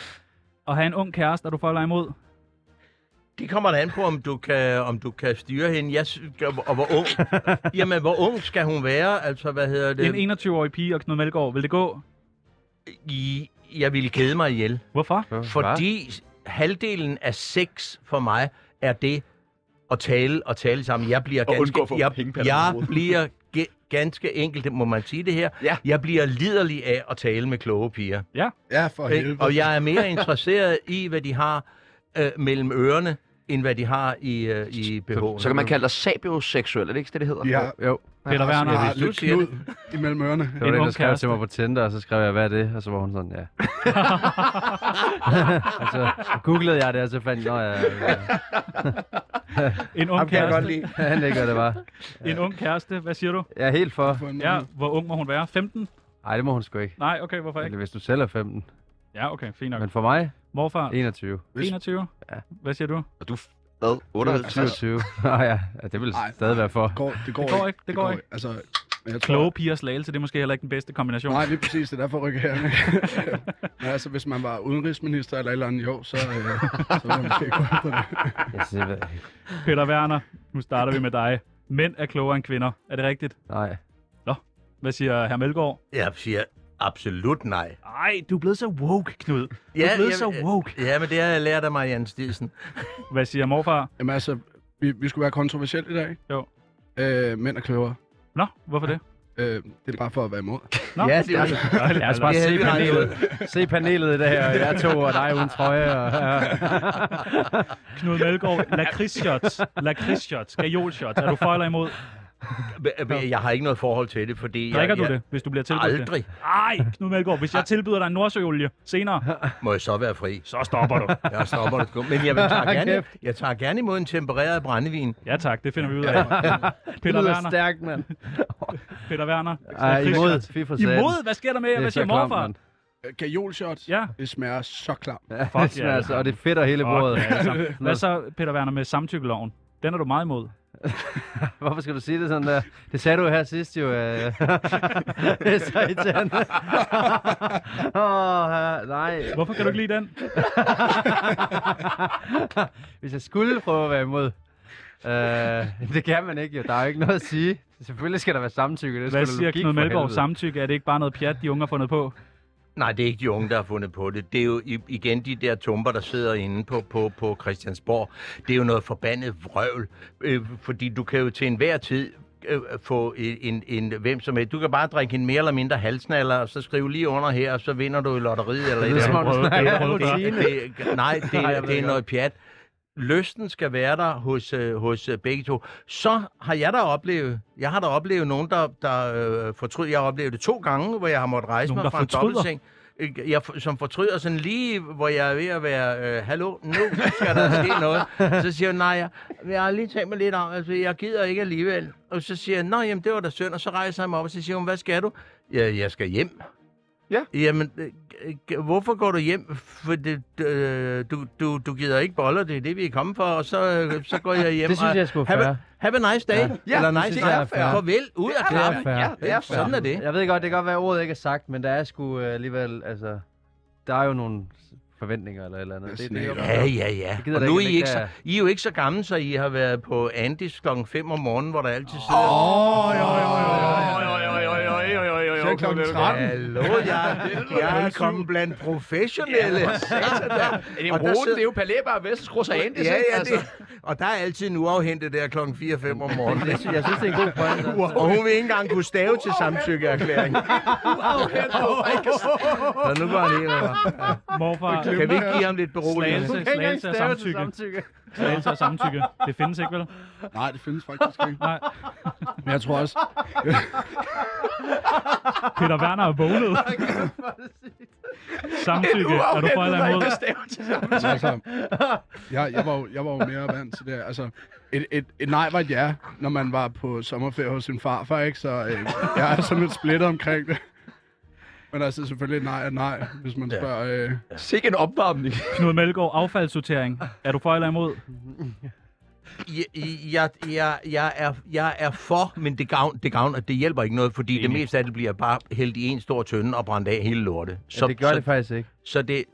S2: at have en ung kæreste, er du for eller imod?
S5: Det kommer da an på, om du kan, om du kan styre hende. Jeg, sy- og hvor ung. Jamen, hvor ung skal hun være? Altså, hvad hedder det?
S2: En 21-årig pige og Knud Melgaard, vil det gå?
S5: I, jeg ville kede mig ihjel.
S2: Hvorfor?
S8: Hvad?
S5: Fordi halvdelen af sex for mig er det at tale og tale sammen. Jeg bliver
S1: Og undgå
S5: ganske,
S1: at få
S5: jeg,
S1: pengepanden i
S5: jeg
S1: hovedet.
S5: bliver ge- ganske enkelt, det må man sige det her,
S1: Ja.
S5: jeg bliver liderlig af at tale med kloge piger.
S4: Ja, for
S5: Ikke?
S4: helvede.
S5: Og jeg er mere interesseret i, hvad de har øh, mellem ørerne, end hvad de har i, øh, i BH'en.
S1: Så kan man kalde dig sabioseksuel, er det ikke det, det hedder?
S4: De har,
S8: Jo,
S2: Peter Werner.
S4: de har
S5: hvis du
S4: lidt
S5: siger
S4: knud imellem ørerne.
S8: det var en,
S2: ung
S8: der skrev
S2: kæreste.
S8: til mig på Tinder, og så skrev jeg, hvad er det? Og så var hun sådan, ja. og så googlede jeg det, og så fandt jeg, "Nå, ja, ja,
S2: En
S5: Ham
S2: ung
S5: kan jeg
S2: kæreste.
S5: godt lide.
S8: ja. han ikke, hvad det var.
S2: En ung kæreste. Hvad siger du?
S8: Jeg er helt for.
S4: For en
S2: Ja,
S4: måned.
S2: hvor ung må hun være? 15?
S8: Nej, det må hun sgu ikke.
S2: Nej, okay, hvorfor ikke?
S8: Eller hvis du selv er 15.
S2: Ja, okay, fint nok.
S8: Men for mig,
S2: Morfar,
S8: 21.
S4: Hvis-
S2: 21?
S8: Ja.
S2: Hvad siger du?
S1: Og du er hvad, 58?
S8: 27. Nå ja, altså, ja, det vil
S4: Ej,
S8: stadig være for.
S4: Det går, det går,
S2: Det går ikke, det går ikke.
S4: Altså, men jeg tror,
S2: Kloge piger slagelse, det er måske heller ikke den bedste kombination.
S4: Nej, lige præcis. Det er derfor, jeg rykker her. Men altså, hvis man var udenrigsminister eller et eller andet, jo, så, øh, så ville man måske gå på det.
S8: Jeg siger, "Hvad-
S2: Peter Werner, nu starter vi med dig. Mænd er klogere end kvinder. Er det rigtigt?
S8: Nej.
S2: Hvad siger herr Melgaard?
S5: Jeg siger absolut nej. øh,
S2: Ej, du er blevet så woke, Knud. Du er blevet så woke.
S5: Ja, men det har jeg lært af Marianne Stidsen.
S2: Hvad siger morfar?
S4: Jamen altså, vi, vi skulle være kontroversielle i dag.
S2: Jo.
S4: Øh, mænd er kløvere.
S2: Nå, hvorfor det?
S4: Øh, det er bare for at være imod.
S2: Nå,
S5: Ja, det er det.
S8: Lad os bare
S5: Det havde
S8: se
S5: vi regnet
S8: panelet. Se panelet i dag, og jeg to, og dig uden trøje. Og,
S2: Knud Melgaard, lakridsshots, lakridsshots, gajolshots. Er du for eller imod?
S5: Men- men Jeg har ikke noget forhold til det, fordi... jeg-
S2: Drikker du
S5: jeg,
S2: det, hvis du bliver tilbudt det?
S5: Aldrig.
S2: Ej, Knud Melgaard, hvis jeg tilbyder dig en nordsøolie senere,
S5: Må jeg så være fri?
S2: så stopper du.
S5: Jeg stopper det. sgu. Men jeg, vil tager gerne, jeg tager gerne imod en tempereret brændevin.
S2: Ja tak, det finder vi ud af. Peter Werner,
S8: stærkt, mand.
S2: Peter Werner.
S8: Ej, imod.
S2: lakridsshots.
S8: Fy for satan.
S2: Imod? Hvad sker der med jer?
S8: Det er
S2: Hvad
S8: så
S2: siger
S8: klamt,
S2: morfar?
S8: mand.
S4: Øh, Kajolshots,
S2: Ja.
S4: det smager så klam.
S8: Ja,
S2: Fuck
S8: det smager
S2: ja.
S8: så, og det fedter hele
S2: Fuck,
S8: bordet.
S2: ja, altså. Hvad så, Peter Werner, med samtykkeloven? Den er du meget imod.
S8: Hvorfor skal du sige det sådan der? Det sagde du her sidst jo. Øh. det er så irriterende. Åh, her- nej.
S2: Hvorfor kan du ikke lide den?
S8: Hvis jeg skulle prøve at være imod, øh, det kan man ikke jo. Der er jo ikke noget at sige. Selvfølgelig skal der være samtykke. Det
S2: Hvad
S8: skulle
S2: siger Knud Melgaard?
S8: Melgaard
S2: Samtykke, er det ikke bare noget pjat, de unge har fundet på?
S5: Nej, det er ikke de unge, der har fundet på det. Det er jo i- igen de der tumper, der sidder inde på, på, på Christiansborg. Det er jo noget forbandet vrøvl, øh, fordi du kan jo til enhver tid øh, få en, en, en hvem som helst. Du kan bare drikke en mere eller mindre halsnaller, og så skrive lige under her, og så vinder du i lotteriet eller et
S8: Det er
S5: eller
S8: som
S5: andet.
S8: om,
S2: Prøv-
S8: du snakker
S2: prøv-
S8: om
S2: prøv-
S8: rutine.
S5: Det, nej, det,
S8: Nej, jeg
S5: nej,
S8: ved
S5: det er
S8: godt.
S5: noget pjat. Lysten skal være der hos, øh, hos øh, begge to. Så har jeg da oplevet, jeg har da oplevet nogen, der, der øh, fortryder. Jeg har oplevet det to gange, hvor jeg har måttet rejse
S2: Nogen,
S5: mig
S2: der
S5: fra en
S2: fortryder?
S5: dobbeltseng. Øh, Jeg, for- som fortryder sådan lige, hvor jeg er ved at være, øh, hallo, nu skal der ske noget. Så siger jeg, nej, jeg, jeg har lige tænkt mig lidt om, altså jeg gider ikke alligevel. Og så siger jeg, nå jamen det var da synd, og så rejser jeg mig op, og så siger hun, hvad skal du? Ja, jeg skal hjem. Jamen, øh, g- g- hvorfor går du hjem? For det, øh, du, du, du gider ikke boller, det er det, vi er kommet for, og så, øh, så går jeg hjem.
S8: Det synes
S5: og-
S8: jeg er sgu
S5: have,
S8: fair.
S5: a- have a nice day. Ja, Eller
S8: det
S5: nice
S8: synes
S5: day.
S8: jeg er fair.
S5: Farvel, ud af
S8: Det
S5: klappen.
S8: er fair.
S5: Ja, det er fair. Sådan er det.
S8: Jeg ved godt, det kan godt være, at ordet ikke er sagt, men der er sgu øh, alligevel, altså, der er jo nogle forventninger eller et eller andet.
S4: Jeg
S8: Det, det,
S4: snakker.
S5: Ja, ja, ja.
S8: Jeg gider
S5: Og
S8: da
S5: nu er
S8: ikke,
S5: I,
S8: at
S5: ikke
S8: man
S5: så,
S8: ikke
S5: I er jo ikke så gamle, så I har været på Andis kl. 5 om morgenen, hvor der altid sidder...
S4: Åh, jo, jo, jo,
S1: Selv
S4: klokken 13.
S5: Hallo, jeg, jeg er kommet blandt professionelle.
S1: Det er
S5: Og der
S1: roden,
S5: sidder-
S1: det er jo Palæba og Vestenskrus og Andes,
S5: Ja,
S1: ikke?
S5: ja, det. Og der er altid en uafhentet der kl. 4-5 om morgenen.
S8: jeg, synes, jeg synes, det er en god altså. pointe.
S5: Og hun vil ikke engang kunne stave til samtykkeerklæring. Så nu går han helt over.
S2: Morfar,
S5: Kan vi ikke give ham lidt beroligende?
S2: slagelse, slagelse og samtykke. Slagelse og samtykke. Det findes ikke, vel?
S4: Nej, det findes faktisk ikke.
S2: Nej.
S4: Men jeg tror også,
S2: Peter Werner er vågnet. Samtykke. Er du for eller imod?
S4: altså, jeg, jeg, var jo, jeg var jo mere vant til det. her. Altså, et, et, et nej var et ja, når man var på sommerferie hos sin farfar, ikke? Så øh, jeg er sådan lidt splittet omkring det. Men altså, selvfølgelig et nej er et nej, hvis man spørger... Øh,
S1: Sikke en opvarmning.
S2: Knud Melgaard, affaldssortering. Er du for eller imod?
S5: Jeg, jeg, jeg, jeg, er, jeg er for, men det, gavn, det, gavn, det hjælper ikke noget, fordi det
S2: Enig.
S5: meste af det bliver bare hældt i en stor tønde og brændt af hele lortet.
S8: Så, det gør
S5: så,
S8: det faktisk ikke.
S5: Så det,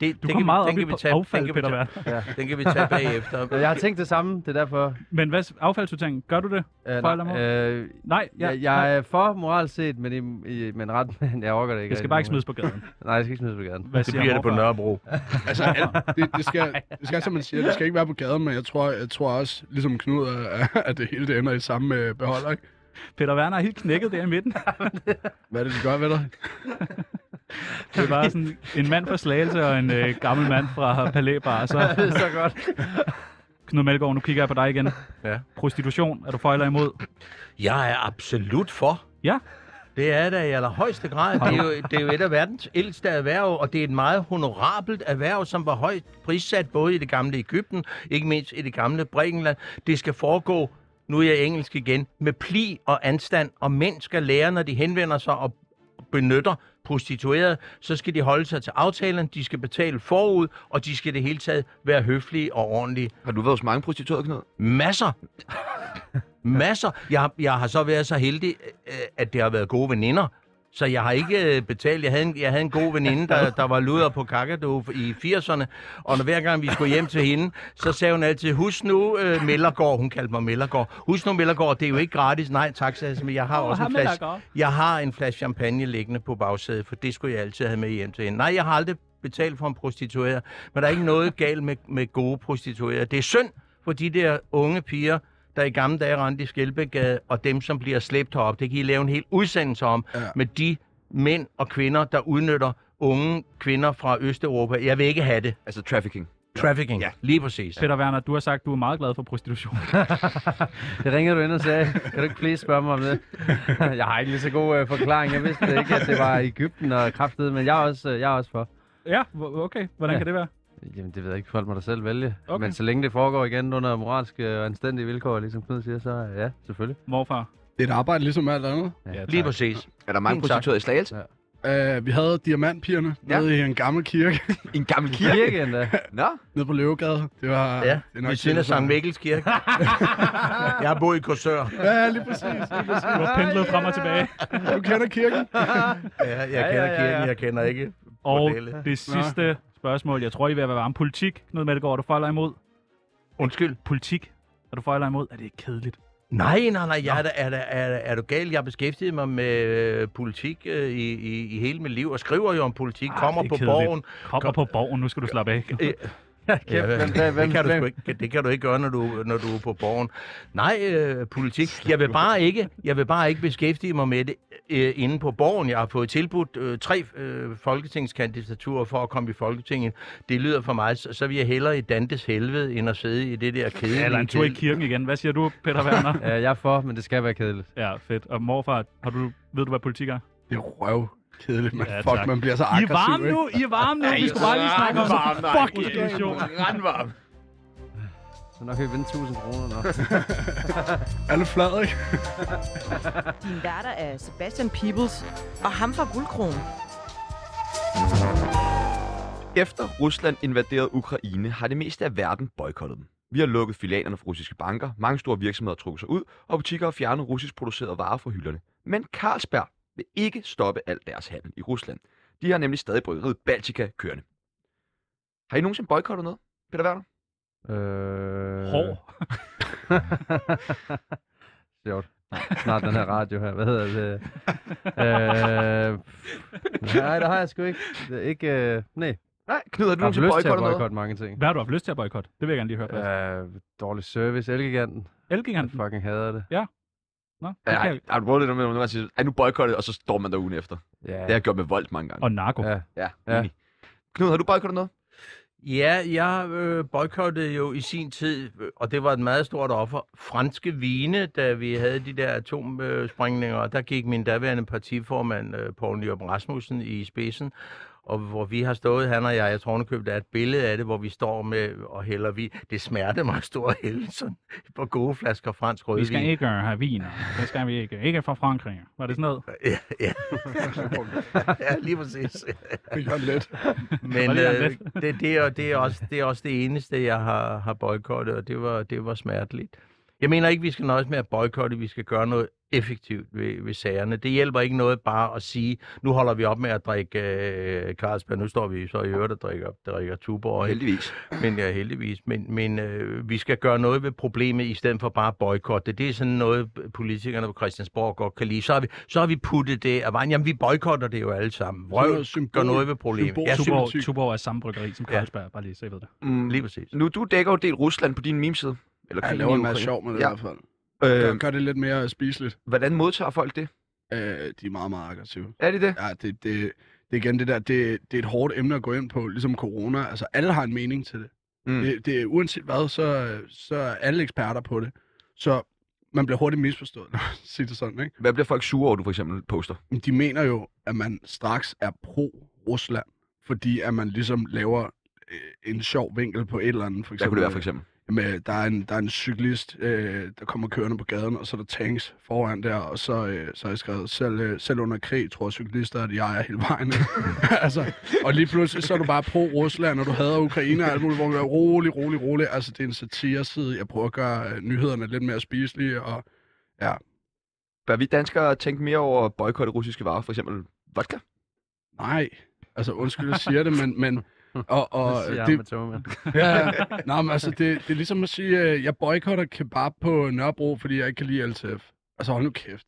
S5: det,
S2: Du
S5: det
S2: kom meget op
S5: den
S2: i
S5: kan vi
S2: på
S5: tage,
S2: affald,
S5: den kan vi
S2: Peter
S5: tage-
S2: Werner.
S5: Den kan vi tage bagefter.
S8: Jeg har tænkt det samme, det er derfor.
S2: Men hvad, affaldssortering, gør du det?
S8: Øh,
S2: For eller imod?
S8: nej, øh,
S2: Nej,
S8: Ja, jeg,
S2: nej.
S8: jeg er for moralt set, men, i, i, men ret, men jeg overgår det ikke.
S2: Det skal
S8: rigtig
S2: bare ikke
S8: nu.
S2: smides på gaden.
S8: Nej, jeg skal ikke smides på gaden.
S2: Hvad
S5: Det
S2: siger
S5: bliver det på
S2: morfar?
S5: Nørrebro.
S4: Altså, alt, det, det, skal, det skal, som man siger, det skal ikke være på gaden, men jeg tror, jeg tror også, ligesom Knud, at, at det hele det ender i samme øh, beholder, ikke?
S2: Peter Werner er helt knækket der i midten.
S4: Hvad er det, de gør ved dig?
S2: Det er bare sådan en mand fra Slagelse og en øh, gammel mand fra Palæbar. Så
S8: det er så godt.
S2: Knud Melgaard, nu kigger jeg på dig igen.
S5: Ja.
S2: Prostitution, er du for eller imod?
S5: Jeg er absolut for.
S2: Ja.
S5: Det er det i allerhøjeste grad. Det er, jo, det er jo et af verdens ældste erhverv, og det er et meget honorabelt erhverv, som var højt prissat både i det gamle Ægypten, ikke mindst i det gamle Grækenland. Det skal foregå, nu er jeg engelsk igen, med pli og anstand, og mænd skal lære, når de henvender sig og benytter prostituerede, så skal de holde sig til aftalen, de skal betale forud, og de skal i det hele taget være høflige og ordentlige.
S1: Har du været hos mange prostituerede, Knud?
S5: Masser. Masser. Jeg, har- jeg har så været så heldig, øh, at det har været gode veninder. Så jeg har ikke øh, betalt. Jeg havde en, jeg havde en god veninde, der, der var luder på kakadu i 80'erne. Og når hver gang vi skulle hjem til hende, så sagde hun altid, husk nu øh, Mellergaard. Hun kaldte mig Mellergaard. Husk nu Mellergaard, det er jo ikke gratis. Nej, tak, sagde jeg. Men jeg har også en flaske, jeg har en flaske champagne liggende på bagsædet, for det skulle jeg altid have med hjem til hende. Nej, jeg har aldrig betalt for en prostitueret, men der er ikke noget galt med, med gode prostituerede. Det er synd for de der unge piger, der i gamle dage rendte i Skelbækgade, og dem, som bliver slæbt herop. Det kan I lave en hel udsendelse om, ja.
S4: Ja.
S5: med de mænd og kvinder, der udnytter unge kvinder fra Østeuropa. Jeg vil ikke have det.
S1: Altså trafficking.
S5: Trafficking. Ja. Lige præcis.
S2: Peter Werner, du har sagt, du er meget glad for prostitution.
S8: Det ringede du ind og sagde, kan du ikke please spørge mig om det? jeg har ikke lige så god øh, forklaring. Jeg vidste ikke, at det var Ægypten og kraftet, men jeg er også, øh, jeg er også for.
S2: ja, hvor- okay. Hvordan
S8: Ja.
S2: kan det være?
S8: Jamen, det ved jeg ikke. Folk må da selv vælge.
S2: Okay.
S8: Okay. Men så længe det foregår igen under moralske og anstændige vilkår, ligesom Knud siger, så øh, ja, selvfølgelig.
S2: Morfar.
S4: Det er et arbejde ligesom alt andet.
S2: Ja,
S5: Lige
S2: tak.
S5: præcis.
S1: Er der mange
S5: Fint, tak.
S1: prostituerede i Slagelse?
S4: Uh, vi havde diamantpigerne
S1: Ja.
S4: ja. nede i en gammel kirke,
S1: I en gammel kirke?
S8: Kirke endda.
S1: Nå,
S4: nede på Løvegade. Det var...
S5: Ja,
S4: er nok
S5: ved siden af
S4: sådan-
S5: Sankt Mikkels Kirke. jeg har boet i Korsør.
S4: Ja, lige præcis. Lige præcis.
S2: Du har pendlet frem og tilbage.
S4: Du kender kirken.
S5: Ja, jeg kender
S8: ja, ja.
S5: kirken, jeg kender ikke
S2: Og
S5: bordellet.
S2: det sidste spørgsmål. Jeg tror, I vil være varme. Politik, Knud Melgaard, er du for eller imod?
S5: Undskyld.
S2: Politik, er du for eller imod? Er det ikke kedeligt?
S5: Nej, nej, nej. Jeg er, da- er, er, er, er du gal? Jeg har beskæftiget mig med øh, politik øh, i, i, i hele mit liv, og skriver jo om politik,
S2: Ah,
S5: Arh, kommer
S2: det er
S5: på
S2: kedeligt.
S5: borgen.
S2: Kommer på borgen, nu skal du slappe af.
S5: Øh, Ja,
S8: hvem-
S5: det,
S8: hvem-
S5: kan du
S8: hvem-
S5: sgu ikke, det kan du ikke gøre, når du, når du er på borgen. Nej, øh, politik. Jeg vil, bare ikke, jeg vil bare ikke beskæftige mig med det øh, inde på borgen. Jeg har fået tilbudt øh, tre øh, folketingskandidaturer for at komme i Folketinget. Det lyder for mig, så, så vil jeg hellere i Dantes helvede, end at sidde i det der kedelige...
S2: Ja, eller en tur i
S5: ked-
S2: kirken igen. Hvad siger du, Peter Werner?
S8: Ja, jeg er for, men det skal være kedeligt.
S2: ja, fedt. Og morfar, har du, ved du, hvad politik er?
S4: Det er røv. Kedeligt, man.
S2: Ja,
S4: Ja,
S2: tak.
S4: Fuck, man bliver så aggressiv,
S2: I er varme
S4: ikke?
S2: nu, I er varme nu. Vi skulle bare lige snakke om prostitution.
S1: Randvarm.
S8: Så nok kan vi vinde 1000 kroner nok.
S4: Alle flad, ikke?
S7: Din værter er Sebastian Peebles og ham fra Guldkronen.
S1: Efter Rusland invaderede Ukraine, har det meste af verden boykottet dem. Vi har lukket filialerne for russiske banker, mange store virksomheder har trukket sig ud, og butikker har fjernet russisk producerede varer fra hylderne. Men Carlsberg vil ikke stoppe al deres handel i Rusland. De har nemlig stadig bryggeriet Baltica kørende. Har I nogensinde boykottet noget, Peter Werner?
S8: Øh...
S2: Hår.
S8: Sjovt. Snart den her radio her. Hvad hedder det? øh... Nej, det har jeg sgu ikke. Det er ikke øh... Nej,
S1: Nej, Knud, har du
S8: jeg har haft
S1: nogensinde
S8: lyst til at
S1: boykottet noget?
S8: boykotte mange ting.
S2: Hvad har du haft lyst til at boykotte? Det vil jeg gerne lige høre først.
S8: Øh, dårlig service, Elgiganten. Jeg
S2: Elgiganten?
S8: fucking hader det.
S2: Nå, det kan
S1: Ja,
S2: jeg-
S1: har du prøvet det med, når man siger, at nu boykotter og så står man der ugen efter. Det
S8: Ja.
S1: har jeg gjort med vold mange gange.
S2: Og narko.
S8: ja.
S1: Ja,
S8: Ja.
S1: enig. Knud, har du boykottet noget?
S5: Ja, jeg øh, boykottede jo i sin tid, øh, og det var et meget stort offer, franske vine, da vi havde de der atomsprængninger. Og der gik min daværende partiformand, øh, Poul Nyrup Rasmussen, i spidsen. Og hvor vi har stået, han og jeg, jeg tror underkøbt, der er et billede af det, hvor vi står med og hælder vi. Det smerte mig stor hældelsen på gode flasker fransk
S2: Vi skal
S5: rødvin.
S2: ikke øh, have vin. Det skal vi ikke. Ikke fra Frankrig. Var det sådan noget?
S5: Ja, ja. ja, lige præcis.
S4: Det gør lidt.
S2: Og
S5: Men
S2: lige om
S5: øh, det, det, er, det, er også, det er også det eneste, jeg har, har boykottet, og det var, det var smerteligt. Jeg mener ikke, vi skal nøjes med at boykotte, vi skal gøre noget effektivt ved, ved sagerne. Det hjælper ikke noget bare at sige, nu holder vi op med at drikke øh, Carlsberg, nu står vi så i øvrigt og drikker, drikker Tuborg, ikke?
S1: Heldigvis.
S5: men ja, heldigvis. Men, men øh, vi skal gøre noget ved problemet, i stedet for bare at boykotte. Det er sådan noget, politikerne på Christiansborg godt kan lide. Så har vi, så har vi puttet det af vejen. Jamen, vi boykotter det jo alle sammen. Røv, gør noget ved problemet.
S4: Symbol.
S5: Ja,
S4: Symbol.
S2: Tuborg,
S4: syg.
S2: Tuborg er samme bryggeri som
S5: Ja.
S2: Carlsberg. Bare lige så I ved det.
S1: Mm,
S5: Lige præcis.
S1: Nu, du dækker jo en del Rusland på din memeside. Eller
S4: Ja,
S1: krigen
S4: jeg laver
S1: i
S4: en masse
S1: Ukraine.
S4: sjov med det
S1: Ja.
S4: i hvert fald.
S1: Øh,
S4: Gør, gør det lidt mere spiseligt.
S1: hvordan modtager folk det?
S4: Øh, de er meget, meget aggressive.
S1: Er det det?
S4: Ja, det, det, det er igen det der, det, det er et hårdt emne at gå ind på, ligesom corona. Altså, alle har en mening til det.
S1: Mm.
S4: Mm. Det, det, uanset hvad, så, så er alle eksperter på det. Så man bliver hurtigt misforstået, når man siger det sådan, ikke?
S1: Hvad bliver folk sure over, du for eksempel poster?
S4: Men De mener jo, at man straks er pro-Rusland, fordi at man ligesom laver øh, en sjov vinkel på et eller andet. For
S1: Hvad
S4: eksempel,
S1: kunne det være for eksempel?
S4: Jamen, øh, der, er en, der er en cyklist, øh, der kommer kørende på gaden, og så er der tanks foran der, og så, øh, så har jeg skrevet, selv, øh, selv under krig tror cyklister, at jeg er hele vejen. altså, og lige pludselig så er du bare pro-Rusland, og du hader Ukraine og alt muligt, hvor man gør, rolig, rolig, rolig. Altså, det er en satireside. Jeg prøver at gøre øh, nyhederne lidt mere spiselige, og
S1: Bør vi danskere tænke mere over at boykotte russiske varer, for eksempel vodka?
S4: nej. Altså, undskyld, jeg siger det, men... men og, og
S8: siger det...
S4: det,
S8: med tømmermænd.
S4: Ja, nej, men altså, det, det er ligesom at sige, øh, jeg boykotter kebab på Nørrebro, fordi jeg ikke kan lide LTF. Altså, hold nu kæft.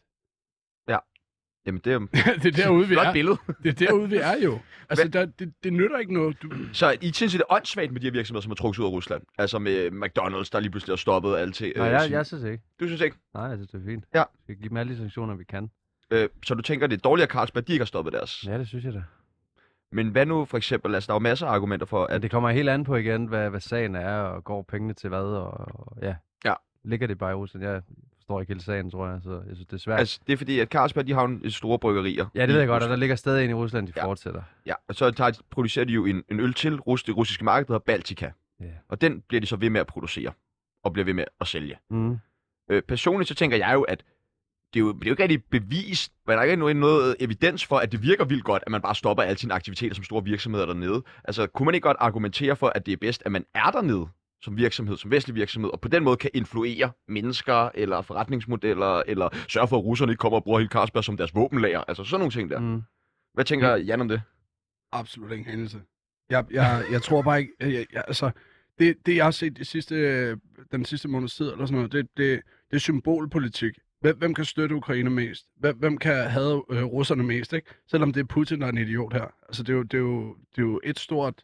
S1: Jamen, det er jo et
S4: det er derude, vi
S1: flot
S4: er.
S1: billede.
S4: Det er derude, vi er jo. Altså, der, det, det nytter ikke noget. Du,
S1: Så I synes, det er åndssvagt med de her virksomheder, som har trukket sig ud af Rusland? Altså med McDonald's, der lige pludselig har stoppet alt til. øh,
S8: Nej, jeg, jeg synes ikke.
S1: Du synes ikke?
S8: Nej, jeg synes, det er fint.
S1: Ja.
S8: Vi skal give dem alle de sanktioner, vi kan.
S1: Øh, så du tænker, det er dårligere, at Carlsberg de ikke har stoppet deres?
S8: Ja, det synes jeg da.
S1: Men hvad nu for eksempel? Altså, der er jo masser af argumenter for,
S8: Ja,
S1: at...
S8: det kommer helt an på igen, hvad, hvad sagen er, og går pengene til hvad, og, og ja.
S1: Ja.
S8: Ligger det bare i Rusland? Jeg forstår ikke hele sagen, tror jeg, så jeg synes, det er svært. Altså,
S1: Altså, det er fordi, at Carlsberg, de har jo en- store bryggerier.
S8: ja, det ved
S1: i
S8: jeg godt, og
S1: Rusland.
S8: der ligger stadig en i Rusland, de
S1: Ja.
S8: ja. fortsætter.
S1: Ja, og så tager, de- producerer de jo en, en øl til rus, det russiske marked, der hedder Baltica.
S8: Ja.
S1: Og den bliver de så ved med at producere, og bliver ved med at sælge.
S8: Mm.
S1: Øh, personligt så tænker jeg jo, at det er jo, det er jo ikke rigtig bevist, men der er ikke noget, noget evidens for, at det virker vildt godt, at man bare stopper alle sine aktiviteter som store virksomheder dernede. Altså, kunne man ikke godt argumentere for, at det er bedst, at man er dernede som virksomhed, som vestlig virksomhed, og på den måde kan influere mennesker eller forretningsmodeller, eller sørge for, at russerne ikke kommer og bruger hele Carlsberg som deres våbenlager. Altså sådan nogle ting der.
S8: Mm.
S1: Hvad tænker Jan om det?
S4: absolut ingen hændelse. Jeg, jeg, jeg tror bare ikke... Jeg, jeg, altså, det, det, jeg har set de sidste, øh, den sidste måneds tid, eller sådan noget, det, det, det er symbolpolitik. Hvem, hvem kan støtte Ukraine mest? Hvem, hvem kan have øh, russerne mest? Ikke? Selvom det er Putin, der er en idiot her. Altså, det er jo, det er jo, det er jo et stort...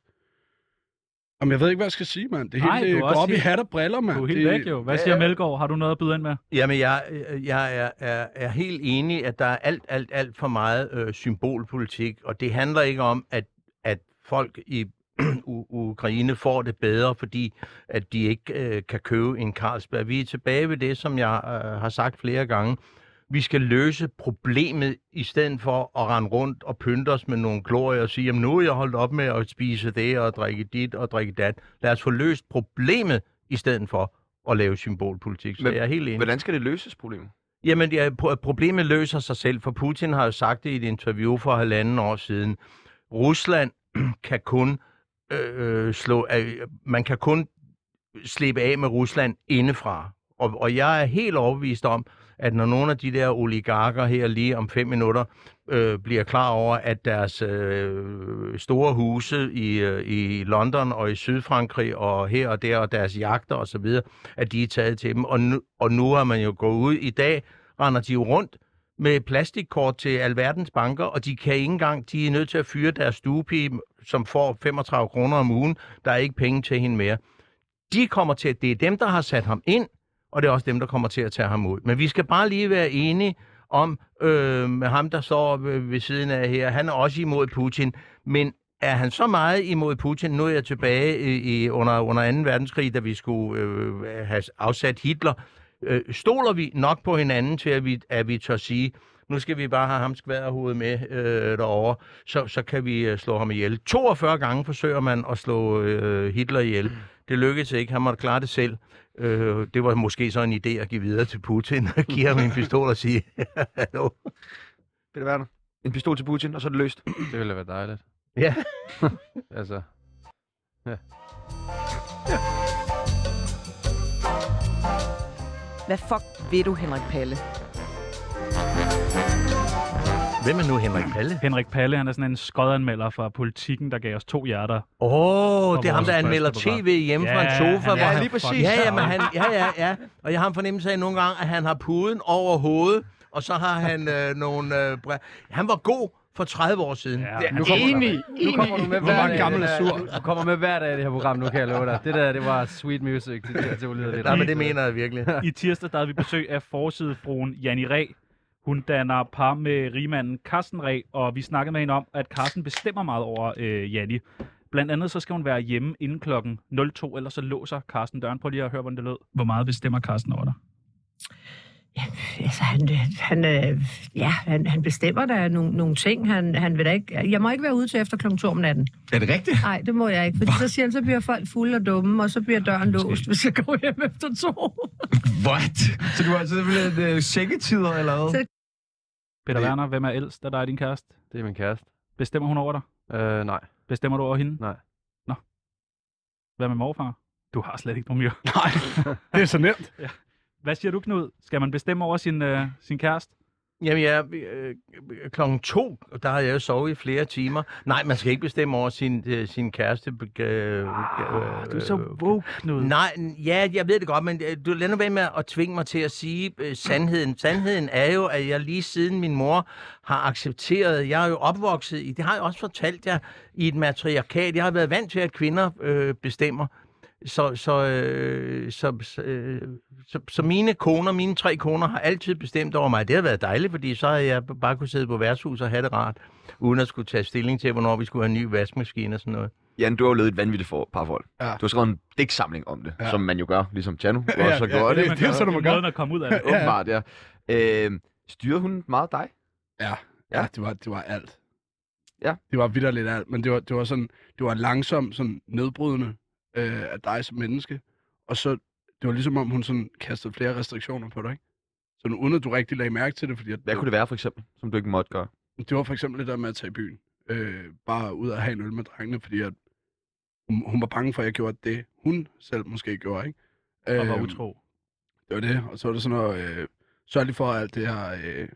S4: Jamen, jeg ved ikke, hvad jeg skal sige, mand. Det hele
S2: Nej,
S4: Nej,
S2: du er
S4: det går
S2: også
S4: op i
S2: helt-
S4: hat og briller, mand.
S2: Du er helt
S4: det,
S2: væk jo. Hvad
S1: Ja,
S2: siger
S1: ja.
S2: Melgaard? Har du noget at byde ind med?
S5: Jamen, jeg, øh, jeg er, er, er helt enig, at der er alt, alt, alt for meget øh, symbolpolitik, og det handler ikke om, at, at folk i U- Ukraine får det bedre, fordi at de ikke øh, kan købe en Carlsberg. Vi er tilbage ved det, som jeg øh, har sagt flere gange. Vi skal løse problemet, i stedet for at rende rundt og pynte os med nogle glorier og sige, jamen nu er jeg holdt op med at spise det og drikke dit og drikke dat. Lad os få løst problemet, i stedet for at lave symbolpolitik. Så
S1: Men-
S5: jeg er
S8: Mm.
S5: helt enig.
S1: Hvordan skal det løses, problemet?
S5: Jamen, ja, pro- problemet løser sig selv, for Putin har jo sagt det i et interview for halvanden år siden. Rusland kan kun øh, øh, slå, øh, man kan kun slippe af med Rusland indefra. Og, og jeg er helt overbevist om, at når nogle af de der oligarker her lige om fem minutter øh, bliver klar over, at deres øh, store huse i, øh, i London og i Sydfrankrig og her og der og deres jagter osv., at de er taget til dem. Og nu, og nu har man jo gået ud i dag, render de jo rundt med plastikkort til alverdens banker, og de kan ikke engang, de er nødt til at fyre deres stuepige, som får 35 kroner om ugen. Der er ikke penge til hende mere. De kommer til, at det er dem, der har sat ham ind, og det er også dem, der kommer til at tage ham ud. Men vi skal bare lige være enige om, øh, med ham, der står ved, ved siden af her, han er også imod Putin, men er han så meget imod Putin? Nu er jeg tilbage i, i, under, under 2. verdenskrig, da vi skulle øh, have afsat Hitler. Øh, stoler vi nok på hinanden til, at vi, at vi tør sige, nu skal vi bare have ham skvaderhovedet med øh, derovre, så, så kan vi øh, slå ham ihjel. 42 gange forsøger man at slå øh, Hitler ihjel. Det lykkedes ikke, han måtte klare det selv. Øh, det var måske så en idé at give videre til Putin, og give ham en pistol og sige, hallo.
S1: Peter Werner? En pistol til Putin, og så er det løst.
S8: Det ville da være dejligt.
S5: Ja.
S8: altså,
S7: Hvad fuck ved du, Henrik Palle?
S5: Hvem er nu Henrik Palle?
S2: Henrik Palle, han er sådan en skodanmelder fra Politiken, der gav os to hjerter.
S5: Åh, oh, det er
S2: Og
S5: ham, der
S2: vores
S5: anmelder
S2: første program.
S5: tv hjemme fra en sofa.
S2: han,
S5: hvor han-
S1: lige præcis.
S5: Ja, ja, men han, ja, ja, ja. Og jeg har en fornemmelse af nogle gange, at han har puden over hovedet, og så har han øh, nogle... Øh, bre- han var god for 30 år siden. Ja.
S2: Ja,
S8: nu kommer, enig, nu kommer du med hver
S4: var
S8: dag,
S4: gammel
S8: det
S4: og
S8: der- Du kommer med hver dag i det her program, nu kan jeg love dig. Det der, det var sweet music. Det, det, det, var lidt-
S5: Nej, men det mener jeg virkelig.
S2: I tirsdag der havde vi besøg af forsidefruen Janni Ræ. Hun danner par med rigmanden Carsten Ræ, og vi snakkede med hende om, at Carsten bestemmer meget over øh, Janni. Blandt andet så skal hun være hjemme inden klokken 02, ellers så låser Carsten døren på lige at høre, hvordan det lød. Hvor meget bestemmer Carsten over dig?
S7: Altså, han, han, øh, ja, han, han bestemmer der nogle, nogle ting. Han, han vil da ikke, jeg må ikke være ude til efter klokken 2 om natten.
S9: Er det rigtigt?
S7: Nej, det må jeg ikke. Fordi så siger han, så bliver folk fulde og dumme, og så bliver døren låst, hvis jeg går hjem efter to.
S9: What? Så du har simpelthen øh, sækketider eller hvad?
S7: Så-
S2: Peter
S8: Det-
S2: Werner, hvem er ældst af dig og din kæreste?
S8: Det er min kæreste.
S2: Bestemmer hun over dig?
S8: Øh, nej.
S2: Bestemmer du over hende?
S8: Nej.
S2: Nå. Hvad med morfar? Du har slet ikke nogen mere.
S4: Nej, det er så nemt.
S2: Hvad siger du, Knud? Skal man bestemme over sin, øh, sin kæreste?
S5: Jamen, ja, øh, klokken to, der har jeg jo sovet i flere timer. Nej, man skal ikke bestemme over sin, øh, sin kæreste. Øh,
S8: Ah,
S5: øh,
S2: Ah, Du er så woke, Knud.
S5: Nej, n- ja, jeg ved det godt, men øh, du lader nu være med at tvinge mig til at sige øh, sandheden. Sandheden er jo, at jeg lige siden min mor har accepteret, jeg er jo opvokset i, det har jeg også fortalt jer, i et matriarkat. Jeg har været vant til, at kvinder øh, bestemmer. Så, så, øh, så, så, øh, så, så mine koner, mine tre koner, har altid bestemt over mig. Det har været dejligt, fordi så har jeg bare kunne sidde på værtshus og have det rart, uden at skulle tage stilling til, hvornår vi skulle have en ny vaskemaskine og sådan noget.
S1: Jan, du har jo levet et vanvittigt for, parforhold.
S4: Ja.
S1: Du har skrevet en digtsamling om det,
S4: Ja.
S1: ja. som man jo gør, ligesom Chano. Du ja, også ja, gjort
S4: det-
S1: det.
S4: det er jo sådan, man gør.
S2: Måden at komme ud af det.
S4: Ja.
S1: Åbenbart, ja. Øh, styrer hun meget dig?
S4: Ja, ja. ja det, var, det var alt.
S1: Ja.
S4: Det var vidderligt alt, men det var, det var sådan, det var langsomt, sådan nedbrydende øh, af dig som menneske. Og så, det var ligesom om hun sådan kastede flere restriktioner på dig, ikke? Sådan uden at du rigtig lagde mærke til det, fordi at,
S1: Hvad kunne det være, for eksempel, som du ikke måtte gøre?
S4: det var for eksempel det der med at tage i byen. Øh, bare ud og have en øl med drengene, fordi at hun, hun var bange for, at jeg gjorde det, hun selv måske gjorde, ikke?
S2: Og var
S4: Øhm,
S2: utro.
S4: det var det, og så var det sådan noget, øh, sørg lige for at alt det her, øh,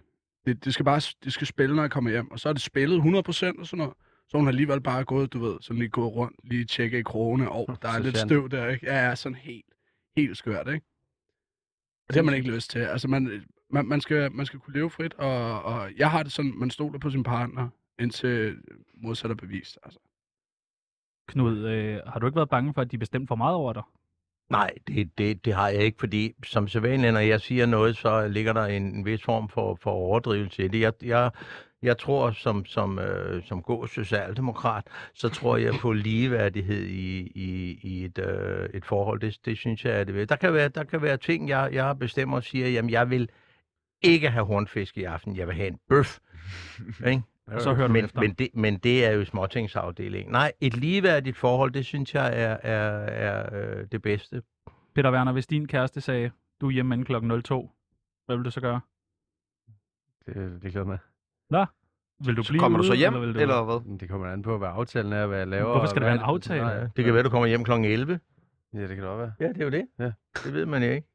S4: det, det, skal bare, det skal spille, når jeg kommer hjem. Og så er det spillet 100% og sådan noget. Så hun har alligevel bare gået, du ved, sådan lige gået rundt, lige tjekke i krogene, og der er
S8: Så
S4: lidt
S8: sjovt.
S4: støv der, ikke? Ja, ja, sådan helt, helt skørt, ikke? Og det har man ikke lyst til. Altså, man, man, man, skal, man skal kunne leve frit, og, og jeg har det sådan, man stoler på sin partner, indtil modsat er bevist, altså.
S2: Knud, øh, har du ikke været bange for, at de bestemte for meget over dig?
S5: Nej, det, det, det har jeg ikke, fordi som sædvanlig, når jeg siger noget, så ligger der en, en vis form for, for overdrivelse i det. Jeg, jeg, jeg tror, som, som, øh, som god socialdemokrat, så tror jeg på ligeværdighed i, i, i et, øh, et forhold. Det, det synes jeg er det ved. Der kan være, der kan være ting, jeg, jeg bestemmer og siger, jamen jeg vil ikke have hornfisk i aften, jeg vil have en bøf. Ikke?
S2: Og så hører du
S5: men,
S2: efter.
S5: Men det, men det er jo småtingsafdelingen. Nej, et ligeværdigt forhold, det synes jeg er, er, er øh, det bedste.
S2: Peter Werner, hvis din kæreste sagde, du er hjemme inden klokken 02, hvad vil du så gøre?
S8: Det er jeg ligeglad med.
S2: Vil du
S1: så
S2: blive
S1: kommer du
S2: ude,
S1: så hjem,
S2: eller, vil
S1: eller,
S2: du...
S1: eller hvad?
S8: Men Det kommer an på, hvad aftalen er, hvad jeg laver.
S2: Hvorfor skal
S8: og
S2: det
S8: hvad
S2: være en
S8: er
S2: aftale?
S8: Nej,
S5: Det kan være, du kommer hjem kl. 11.
S8: Ja, det kan det også være.
S5: Ja, det er jo det.
S8: Ja.
S5: Det ved man jo ikke.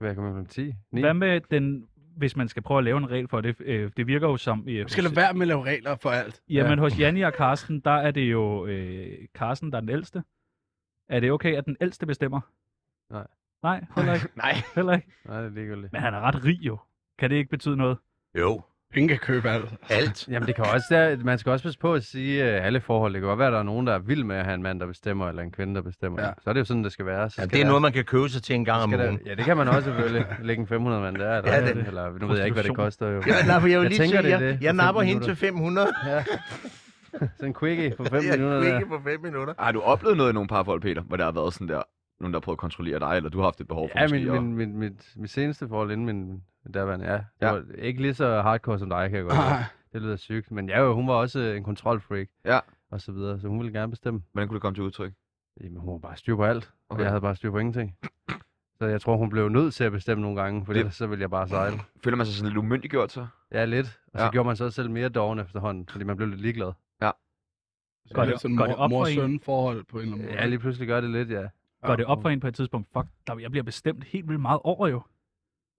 S8: Hvad kommer klokken 10? 9?
S2: Hvad med den, hvis man skal prøve at lave en regel for det, øh, det virker jo som... Øh,
S4: Man skal
S2: hos-
S4: lade være med at lave regler for alt.
S2: Jamen, hos Janni og Karsten, der er det jo øh, Karsten, der er den ældste. Er det okay, at den ældste bestemmer?
S8: Nej.
S2: Nej, heller ikke.
S1: Nej.
S2: heller ikke.
S8: Nej, det er ligegyldigt.
S2: Men han er ret rig jo. Kan det ikke betyde noget?
S5: Jo,
S4: Penge kan købe alt.
S5: alt.
S8: Jamen, det kan også, der, man skal også passe på at sige øh, alle forhold. Det kan godt være, at der er nogen, der er vild med at have en mand, der bestemmer, eller en kvinde, der bestemmer.
S4: Ja.
S8: Ja. Så er det jo sådan, det skal være. Så
S5: Ja,
S8: skal
S5: det er
S8: der-
S5: noget, man kan købe sig til en gang om
S8: skal
S5: ugen.
S8: der, ja, det kan man også selvfølgelig. Lægge en 500 mand der. Eller,
S5: Ja,
S8: ja,
S5: det-
S8: det, eller nu ved jeg ikke, hvad det koster. Jo.
S5: Ja, nej, for jeg, vil
S8: Jeg
S5: lige
S8: tænker,
S5: sige,
S8: det er
S5: jeg,
S8: det.
S5: jeg
S8: For
S5: napper
S8: fem
S5: hende
S8: minutter.
S5: til 500.
S8: Ja. Sådan en quickie på 5
S5: Ja,
S8: minutter. Der.
S5: ikke på 5 minutter.
S1: Har du oplevet noget i nogle parforhold, Peter, hvor der har været sådan der, nogen, der har prøvet at kontrollere dig, eller du har haft et behov for
S8: Ja,
S1: måske
S8: min,
S1: at-
S8: min, min, mit, mit seneste forhold inden min min daværende, ja. Det
S1: Ja.
S8: var ikke lige så hardcore som dig, kan jeg godt
S4: Ah,
S8: ah. Det lyder sygt. Men ja, jo, hun var også øh, en kontrolfreak.
S1: Ja.
S8: Og så videre. Så hun ville gerne bestemme.
S1: Hvordan kunne det komme til udtryk?
S8: Jamen, hun var bare styr på alt. Okay.
S1: Okay.
S8: Og jeg havde bare styr på ingenting. Så jeg tror, hun blev nødt til at bestemme nogle gange, for
S1: Det-
S8: ellers så ville jeg bare sejle.
S1: Føler man sig sådan lidt umyndiggjort så?
S8: Ja, lidt. Og så
S1: Ja.
S8: ja. gjorde man så også selv mere doven efterhånden, fordi man blev lidt ligeglad.
S4: Så
S2: Går
S4: er
S2: det-
S4: det sådan
S2: går det
S4: mor,
S2: op for en?
S4: mor-søn forhold på en eller anden måde.
S8: Ja, lige pludselig gør det lidt, ja.
S2: Går det op for en på et tidspunkt? Fuck, der, jeg bliver bestemt helt vildt meget over jo.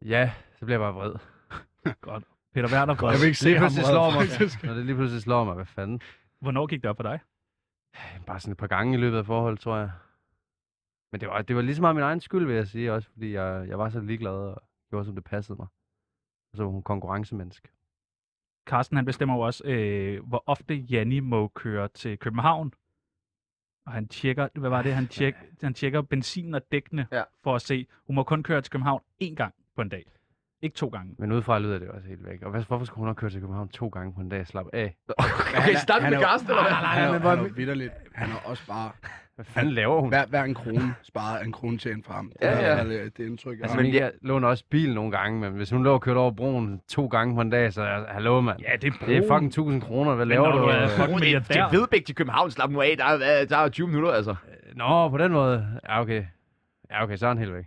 S8: Ja, så bliver jeg bare vred.
S2: Godt. Peter Werner,
S4: Jeg vil
S2: hvor,
S4: ikke se
S8: Lige
S4: ham.
S8: pludselig
S4: røde,
S8: slår mig.
S4: faktisk.
S8: Når det lige pludselig slår mig, hvad fanden?
S2: hvornår gik det op for dig?
S8: Jamen, Bare sådan et par gange i løbet af forhold, tror jeg. Men det var, det var lige så meget min egen skyld, vil jeg sige, også fordi jeg, jeg var så ligeglad og gjorde, som det passede mig. Og så var hun konkurrencemenneske.
S2: Carsten, han bestemmer jo også, øh, hvor ofte Janni må køre til København. Og han tjekker, hvad var det, han, tjek, han tjekker benzin og dækkene
S1: Ja.
S2: for at se. Hun må kun køre til København én gang på en dag. Ikke to gange.
S3: Men udefra lyder det også
S8: altså
S3: helt væk. Og hvad- hvorfor skulle hun have kørt til København to gange på en dag? Slap af.
S1: Okay, start med Karsten, eller hvad?
S4: Nej, nej, nej, han er jo vidderligt. Han er også bare...
S3: Hvad fanden laver hun?
S4: Hver, hver en krone sparer en krone tjent frem.
S1: Ja,
S4: Det
S1: ja.
S4: er i hvert fald, øh, det indtryk, jeg
S3: Altså,
S4: har.
S3: men jeg låner også bil nogle gange, men hvis hun lå og kørte over broen to gange på en dag, så
S8: altså,
S3: er- hallo, mand.
S2: Ja, det er
S3: Det er
S2: broen.
S3: fucking 1000 kroner. Hvad laver
S2: når
S3: du?
S2: du er
S3: Øh,
S2: fucking milliardær.
S1: Til Vedbæk til København, slap nu af, der er, der er 20 minutter, altså.
S3: Nå, på den måde. Ja, okay. Ja, okay, så er han helt væk.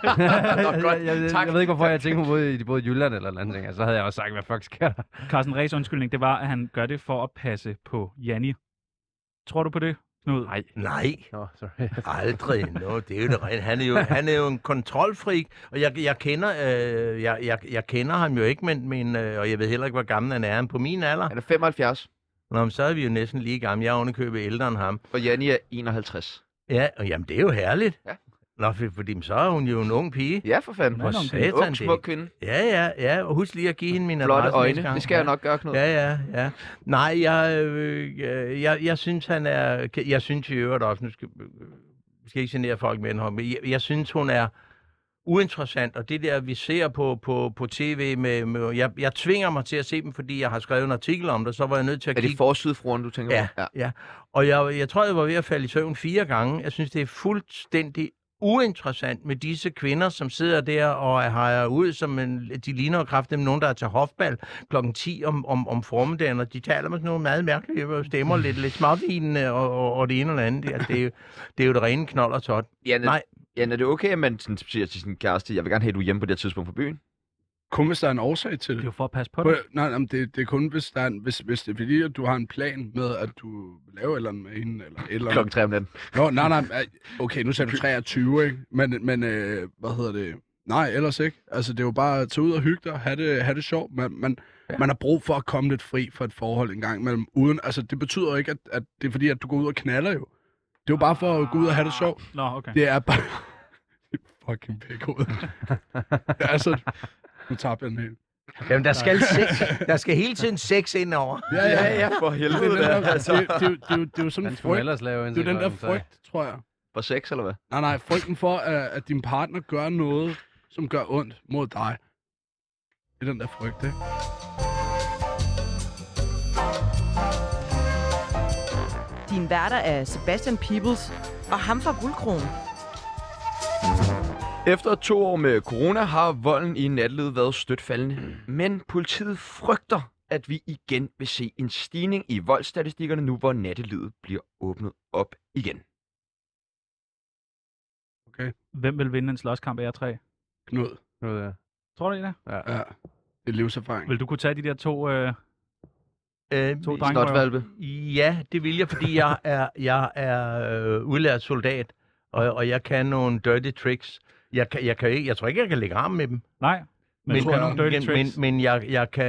S1: godt.
S3: jeg, jeg,
S1: Tak.
S3: jeg, ved ikke, hvorfor jeg tænkte, hun boede i, både i Jylland eller et eller andet ting. Altså, så havde jeg også sagt, hvad fuck sker der?
S2: Carsten Ræs undskyldning, det var, at han gør det for at passe på Janni. Tror du på det, Knud?
S3: Nej.
S5: Nej,
S3: Nå, sorry.
S5: aldrig. Nå, det er jo det rent. Han er jo, han er jo en kontrolfreak, og jeg, jeg, kender, øh, jeg, jeg, jeg kender ham jo ikke, men, men, øh, og jeg ved heller ikke, hvor gammel han er. Han er på min alder.
S1: Han er 75,
S5: Nå, men så er vi jo næsten lige gamle. Jeg er ovenikøbet ældre end ham.
S1: og Janni er 51.
S5: Ja, og jamen, det er jo herligt.
S1: Ja.
S5: Nå, for, fordi så er hun jo en ung pige.
S1: Ja, for fanden.
S2: Nå, nå,
S1: En
S5: satan,
S1: ung,
S5: det-
S1: smuk kvinde.
S5: Ja, ja, ja. Og husk lige at give hende min
S1: Flotte
S5: adresse næste
S1: øjne.
S5: gang.
S1: Det skal jeg
S5: Ja.
S1: nok gøre, Knud.
S5: Ja, ja, ja. Nej, jeg, øh, øh, jeg, jeg synes, han er... Jeg synes i øvrigt også, nu skal, øh, skal jeg ikke genere folk med hende, men jeg, jeg synes, hun er uinteressant, og det der, vi ser på, på, på tv, med, med jeg, jeg tvinger mig til at se dem, fordi jeg har skrevet en artikel om det, så var jeg nødt til at
S1: Er det
S5: kigge
S1: forsydfruen, du tænker på?
S5: Ja, ja. Og jeg, jeg tror, jeg var ved at falde i søvn fire gange. Jeg synes, det er fuldstændig uinteressant med disse kvinder, som sidder der og hejer ud, som en, de ligner kraftigt med nogen, der er til hofbal kl. 10 om, om, om formiddagen, og de taler med sådan nogle meget mærkelige øh, stemmer, lidt, lidt småvinende og, og, og, det ene og det andet. Altså, det, er jo, det er jo det rene knold og tot.
S1: Janne,
S5: Nej.
S1: Janne, er det okay, at man sådan siger til sin kæreste, jeg vil gerne have, at du er hjemme på det her tidspunkt på byen?
S4: Kun hvis der er en årsag til
S2: Det
S4: det.
S2: er jo for at passe på
S4: På,
S2: dig.
S4: nej, nej, men det, det er kun, hvis, der er en, hvis, hvis det er fordi, at du har en plan med, at du laver et eller andet med hende, eller et eller andet.
S1: Klokken 3 om natten.
S4: Nå, nej, nej. ej, Okay, nu sagde du 23, ikke? Men, men øh, hvad hedder det? Nej, ellers ikke. Altså, det er jo bare at tage ud og hygge dig, have det, have det sjovt. Man, man, ja. man har brug for at komme lidt fri for et forhold en gang imellem. Uden, altså, det betyder jo ikke, at, at det er fordi, at du går ud og knaller jo. Det er jo bare for at gå ud og have det sjovt.
S2: Nå, okay.
S4: Det er bare... Det er Ah. fucking pækhoved. altså, nu tabte jeg den helt.
S5: Jamen, der skal, sex, der skal hele tiden sex ind over.
S4: Ja, ja, ja.
S1: ja, for
S4: Det er,
S1: helvede.
S4: det,
S1: da,
S4: er, det,
S1: altså.
S4: er, det, er, jo- det, er, jo- det er jo sådan
S3: Han
S4: en
S3: skulle
S4: frygt.
S3: ellers lave en
S4: Det er jo den der
S3: sekund, så-
S4: frygt, tror jeg.
S1: For sex, eller hvad?
S4: Nej, nej, frygten for, at, at din partner gør noget, som gør ondt mod dig. Det er den der frygt, ikke?
S7: Din værter er Sebastian Peebles og ham fra Guldkronen.
S1: Efter to år med corona har volden i nattelivet været stødt faldende,
S5: Mm.
S1: men politiet frygter, at vi igen vil se en stigning i voldsstatistikkerne nu, hvor nattelivet bliver åbnet op igen.
S2: Hvem vil vinde en slåskamp af jer tre?
S4: Knud.
S3: Nu ved jeg.
S2: Tror du, I det?
S4: Ja. Det er livserfaring.
S2: Vil du kunne tage de der to, øh,
S5: Øh,
S2: to drenge?
S1: Snotvalpe.
S5: Ja, det vil jeg, fordi jeg er, jeg er øh, udlært soldat, og, og jeg kan nogle dirty tricks. Jeg, kan, jeg, kan ikke, jeg tror ikke, jeg kan lægge arm med dem.
S2: Nej. Men,
S5: Men,
S2: men du
S4: tror
S2: kan
S4: jeg-
S2: nogle dirty
S5: men, men,
S2: tricks.
S5: men jeg, jeg, kan,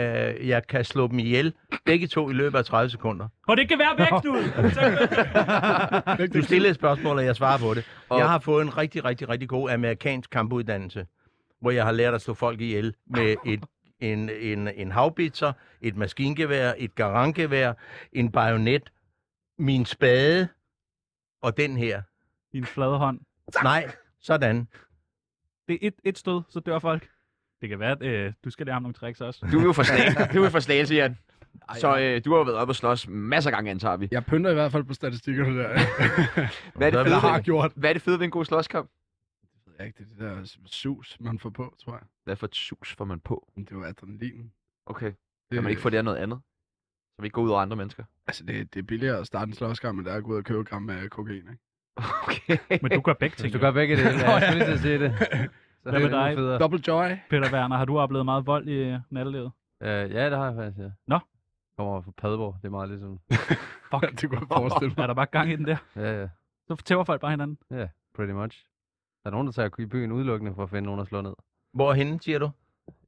S5: jeg kan slå dem ihjel, begge to i løbet af 30 sekunder.
S2: Og det kan være væk, Knud! Tak.
S5: Du stillede et spørgsmål, og jeg svarer på det. Jeg har fået en rigtig, rigtig, rigtig god amerikansk kampuddannelse, hvor jeg har lært at slå folk ihjel med et, en, en, en havbitser, et maskingevær, et garangevær, en bajonet, min spade og den her.
S2: Din flade hånd.
S5: Nej, sådan.
S2: Det er et, et stød, så dør folk. Det kan være, at øh, du skal lære ham nogle tricks også.
S1: Du er jo fra Slagelse, du er jo fra Slagelse, Jan. Så øh, du har jo været oppe og slås masser af gange, antager vi.
S4: Jeg pynter i hvert fald på statistikkerne der.
S1: Hvad er det
S5: Hvad
S1: fede
S4: jeg har
S1: ved,
S4: gjort.
S1: hvad er det fede ved en god slåskamp?
S4: Det er ikke det der sus, man får på, tror jeg.
S1: Hvad for et sus får man på?
S4: Men det er jo adrenalin.
S1: Okay,
S4: Det,
S1: kan man ikke få det af noget andet? Så vi ikke går ud over andre mennesker.
S4: Altså, det, det er billigere at starte en slåskamp, end det er at gå ud og købe et gram med kokain, ikke?
S1: Okay.
S2: Men du gør begge
S3: Hvis
S2: ting.
S3: du gør begge dele, ja, jeg skulle lige til at sige det. Så
S2: Hvad med dig?
S3: federe.
S4: Double joy.
S2: Peter Werner, har du oplevet meget vold i øh, nattelivet?
S3: Øh, ja, det har jeg faktisk, ja.
S2: Nå.
S3: Kommer fra Padborg, det er meget ligesom.
S2: Fuck,
S4: det kunne jeg forestille mig.
S2: er der bare gang i den der?
S3: Ja, ja,
S2: Så tæver folk bare hinanden.
S3: pretty much. Der er nogen, der tager i byen udelukkende for at finde nogen at slå ned.
S5: Hvorhen, siger du?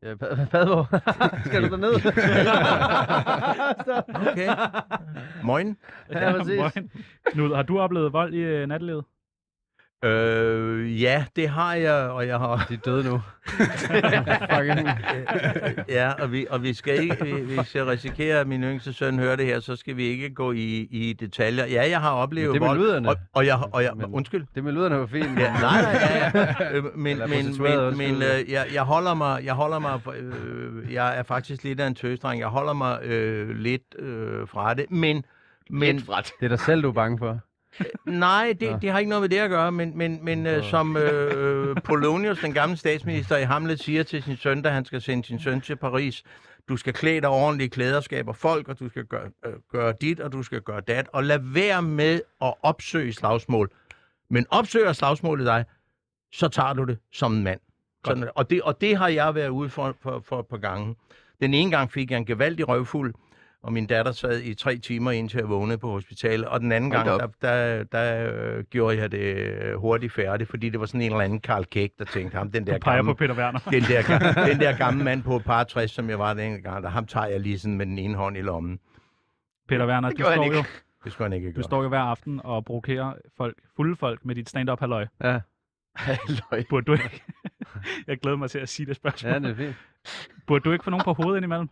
S3: Ja, Pa- Padborg. Skal du derned?
S5: Okay. Moin.
S3: Ja, præcis.
S2: Morgen. Knud, har du oplevet vold i øh, nattelivet?
S5: Øh, ja, det har jeg, og jeg har... De er døde nu. Øh, ja, og vi, og vi skal ikke... vi- Hvis jeg risikerer, at min yngste søn hører det her, så skal vi ikke gå i, i detaljer. Ja, jeg har oplevet
S8: det er med
S5: vold,
S8: lyderne.
S5: Og, og jeg, og jeg, undskyld?
S8: Det med lyderne var fint.
S5: Ja, nej, nej, ja, ja. Øh, Men,
S8: Eller
S5: men,
S8: prostitueret,
S5: men,
S8: undskyld.
S5: men øh, jeg, jeg holder mig, jeg holder mig, øh, jeg er faktisk lidt af en tøsdreng. Jeg holder mig øh, lidt øh, fra det, men... men
S8: Lidt fra det. Det er dig selv, du er bange for.
S5: Nej,
S8: Nå.
S5: det, det har ikke noget med det at gøre, men, men, men øh, som øh, Polonius, den gamle statsminister i Hamlet, siger til sin søn, da han skal sende sin søn til Paris, du skal klæde dig ordentligt, klæder skaber folk, og du skal gøre, øh, gøre dit, og du skal gøre dat, og lad være med at opsøge slagsmål. Men opsøger slagsmålet dig, så tager du det som en mand. Sådan, er det. og, det, og det har jeg været ude for, for, for et par gange. Den ene gang fik jeg en gevaldig røvfuld, og min datter sad i tre timer indtil jeg vågnede på hospitalet. Og den anden
S1: Hold
S5: gang,
S1: da
S5: der, der, der øh, gjorde jeg det øh, hurtigt færdigt, fordi det var sådan en eller anden Karl Kæk, der tænkte ham, den der
S2: Du peger
S5: gamle,
S2: på Peter Werner.
S5: Den der, den der gamle mand på et par 60, som jeg var den ene gang, der ham tager jeg lige sådan med den ene hånd i lommen.
S2: Peter Werner, du
S1: gjorde han
S2: står,
S1: ikke.
S2: jo,
S5: Det skulle han ikke
S2: du
S5: gøre.
S2: står jo hver aften og provokerer folk, fulde folk med dit stand-up halløj.
S8: Ja.
S1: Halløj.
S2: Burde du ikke? Jeg glæder mig til at sige det spørgsmål.
S8: Ja, det er fint.
S2: Burde du ikke få nogen på hovedet indimellem?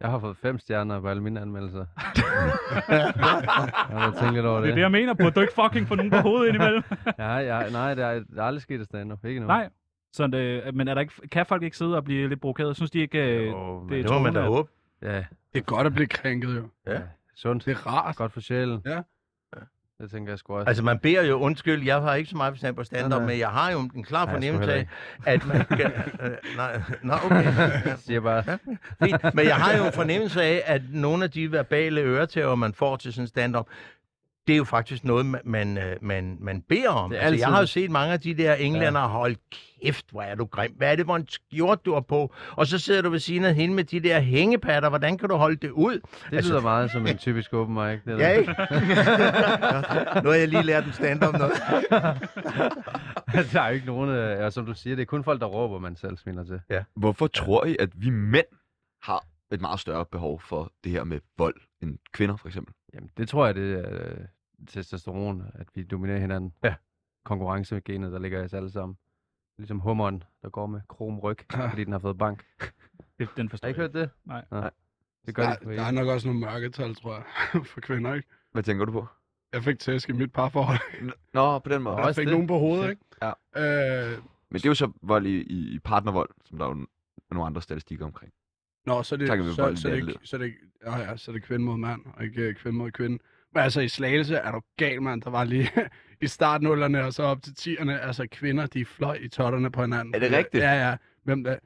S8: Jeg har fået fem stjerner på alle mine anmeldelser. jeg har tænkt lidt over
S2: Det er
S8: det.
S2: det, jeg mener. Burde du ikke fucking få nogen på hovedet indimellem?
S8: Ja, ja, nej, det er, det er aldrig sket i stand-up. Ikke nu.
S2: Nej. Så det, men er der ikke, kan folk ikke sidde og blive lidt provokeret? Synes de ikke, øh,
S8: Jo, men
S2: det er
S5: Det må man
S2: truende,
S5: da
S2: at-
S5: håbe.
S8: Ja,
S4: Det er godt at blive krænket, jo.
S8: sundt.
S4: Det er rart.
S8: Godt for sjælen.
S4: Ja.
S8: Det tænker jeg sgu også.
S5: Altså, man beder jo undskyld. Jeg har ikke så meget forstand på
S8: Nej,
S5: stand-up,
S8: nej.
S5: men jeg har jo en klar
S8: Nej, jeg skulle
S5: fornemmelse af, at man kan... Øh, nej, nå, okay.
S8: jeg siger bare,
S5: Fint. Men jeg har jo en fornemmelse af, at nogle af de verbale øretæver, man får til sådan en stand-up, det er jo faktisk noget, man, man, øh, man, man beder om.
S8: Det er
S5: Altså, jeg
S8: altid-
S5: har jo set mange af de der englænder, ja. hold kæft, hvor er du grim. Hvad er det for en skjort, du har på? Og så sidder du ved siden af hende med de der hængepatter. Hvordan kan du holde det ud?
S8: det altså,
S5: Altså-
S8: lyder meget som en typisk open mic. Det
S5: Ja,
S8: der.
S5: ikke? nu har jeg lige lært en stand-up noget.
S8: der er jo ikke nogen, øh, og som du siger, det er kun folk, der råber, man selv smiler til.
S1: Hvorfor tror I, at vi mænd har et meget større behov for det her med vold end kvinder, for eksempel?
S8: Jamen, det tror jeg, det er øh, testosteron, at vi dominerer hinanden.
S5: Ja.
S8: Konkurrencegenet, der ligger i os alle sammen. Ligesom hummeren, der går med krom ryg, fordi den har fået bank.
S2: Det, den
S8: Har I
S2: forstår jeg
S8: ikke
S2: ikke.
S8: hørt det?
S2: Nej.
S8: Det gør
S4: Der,
S8: det på
S4: der er nok også nogle mørketal, tror jeg, for kvinder, ikke?
S1: Hvad tænker du på?
S4: Jeg fik tæsk i mit parforhold.
S1: Nå, på den måde.
S4: Jeg fik nogen på hovedet, ikke?
S1: Ja.
S4: Øh,
S1: Men det er jo så vold i, i i partnervold, som der er jo n- nogle andre statistikker omkring.
S4: Nå, så er det,
S1: Takker vi
S4: så,
S1: bolden
S4: så, er det,
S1: i
S4: ikke- så, er det, ikke- ja, ja, så er det kvinde mod mand, og ikke øh, kvinde mod kvinde. Men altså, i Slagelse er du gal, mand. Der var lige i startnullerne og så op til tierne. Altså, kvinder, de fløj i totterne på hinanden.
S1: Er det rigtigt?
S4: Ja, ja. Hvem der?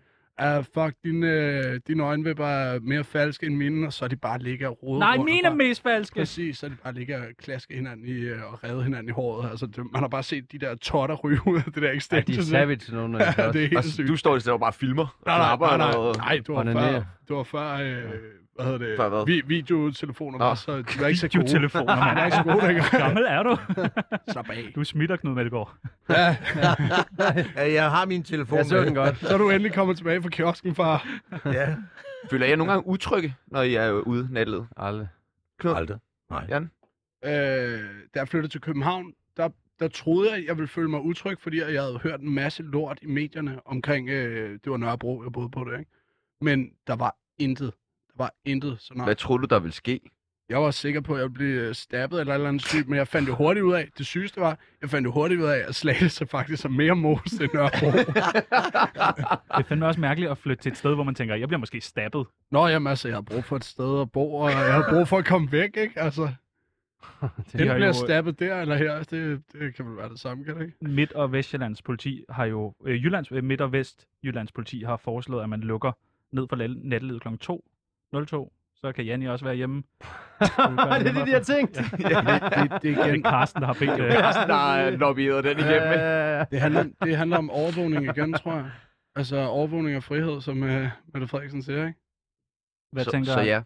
S4: Uh, fuck, dine, øh, dine øjenvipper er mere falske end mine, og så er de bare ligger og roder
S2: Nej,
S4: rundt og
S2: mine er
S4: bare-
S2: mest falske.
S4: Præcis, så er de bare ligger og klasker hinanden i, øh, og redder hinanden i håret. Altså, det, man har bare set de der totter ryge ud af det der
S8: Ja,
S4: extension.
S8: de er
S4: ikke?
S8: savage, nogle af
S4: Ja,
S8: dem
S4: det er
S8: også.
S4: helt
S1: Altså,
S4: sygt.
S1: du står i stedet og bare filmer. og
S4: Nej, nej,
S1: knapper
S4: nej, nej,
S1: og-
S4: nej, det var
S8: Onanere.
S4: før, det var før, øh, hvad hedder det,
S1: Før hvad?
S4: Vi, videotelefoner,
S1: Nå.
S4: var, så de var ikke så gode.
S2: Videotelefoner,
S4: Nej, de var ikke så gode
S2: mand.
S4: dengang.
S2: Gammel er du?
S4: Slap af.
S2: Du smitter, Knud Melgaard.
S4: Ja,
S5: Jeg har min telefon.
S8: Jeg så
S5: med.
S8: den godt.
S4: så er du endelig kommet tilbage fra kiosken, far.
S5: Ja.
S1: Føler jeg nogle gange utrygge, når I er ude natledet?
S8: Aldrig.
S5: Aldrig. Nej.
S1: Jan?
S4: Øh, da jeg flyttede til København, der, der troede jeg, jeg ville føle mig utryg, fordi jeg havde hørt en masse lort i medierne omkring, øh, det var Nørrebro, jeg boede på det, ikke? Men der var intet. Der var intet. Så når
S1: Hvad tror du, der vil ske?
S4: Jeg var sikker på, at jeg ville blive øh, stabbet eller et eller andet sygt, men jeg fandt jo hurtigt ud af, det sygeste var, jeg fandt jo hurtigt ud af, at Slagelse faktisk er mere mos end Nørrebro.
S2: Det er fandme også mærkeligt at flytte til et sted, hvor man tænker, jeg bliver måske stabbet.
S4: Nå, jamen altså, jeg har brug for et sted at bo, og jeg har brug for at komme væk, ikke? Altså,
S2: De
S4: den
S2: har
S4: bliver
S2: jo, øh,
S4: stabbet der eller her, det, det kan vel være det samme, kan det ikke?
S2: Midt- og Vestjyllands politi har jo, øh, Jyllands, øh, Midt- og Vestjyllands politi har foreslået, at man lukker ned for lal- nattelivet kl. 2, 02. Så kan Janni også være hjemme.
S8: det er det, de har tænkt.
S4: Det, det,
S2: Det
S4: igen,
S2: er Carsten, der har bedt øh,
S1: Carsten har lobbyet den igennem, ikke?
S4: det, handler, det handler om overvågning igen, tror jeg. Altså overvågning og frihed, som øh, Mette Frederiksen siger, ikke?
S2: Hvad
S1: så,
S2: tænker,
S1: så ja.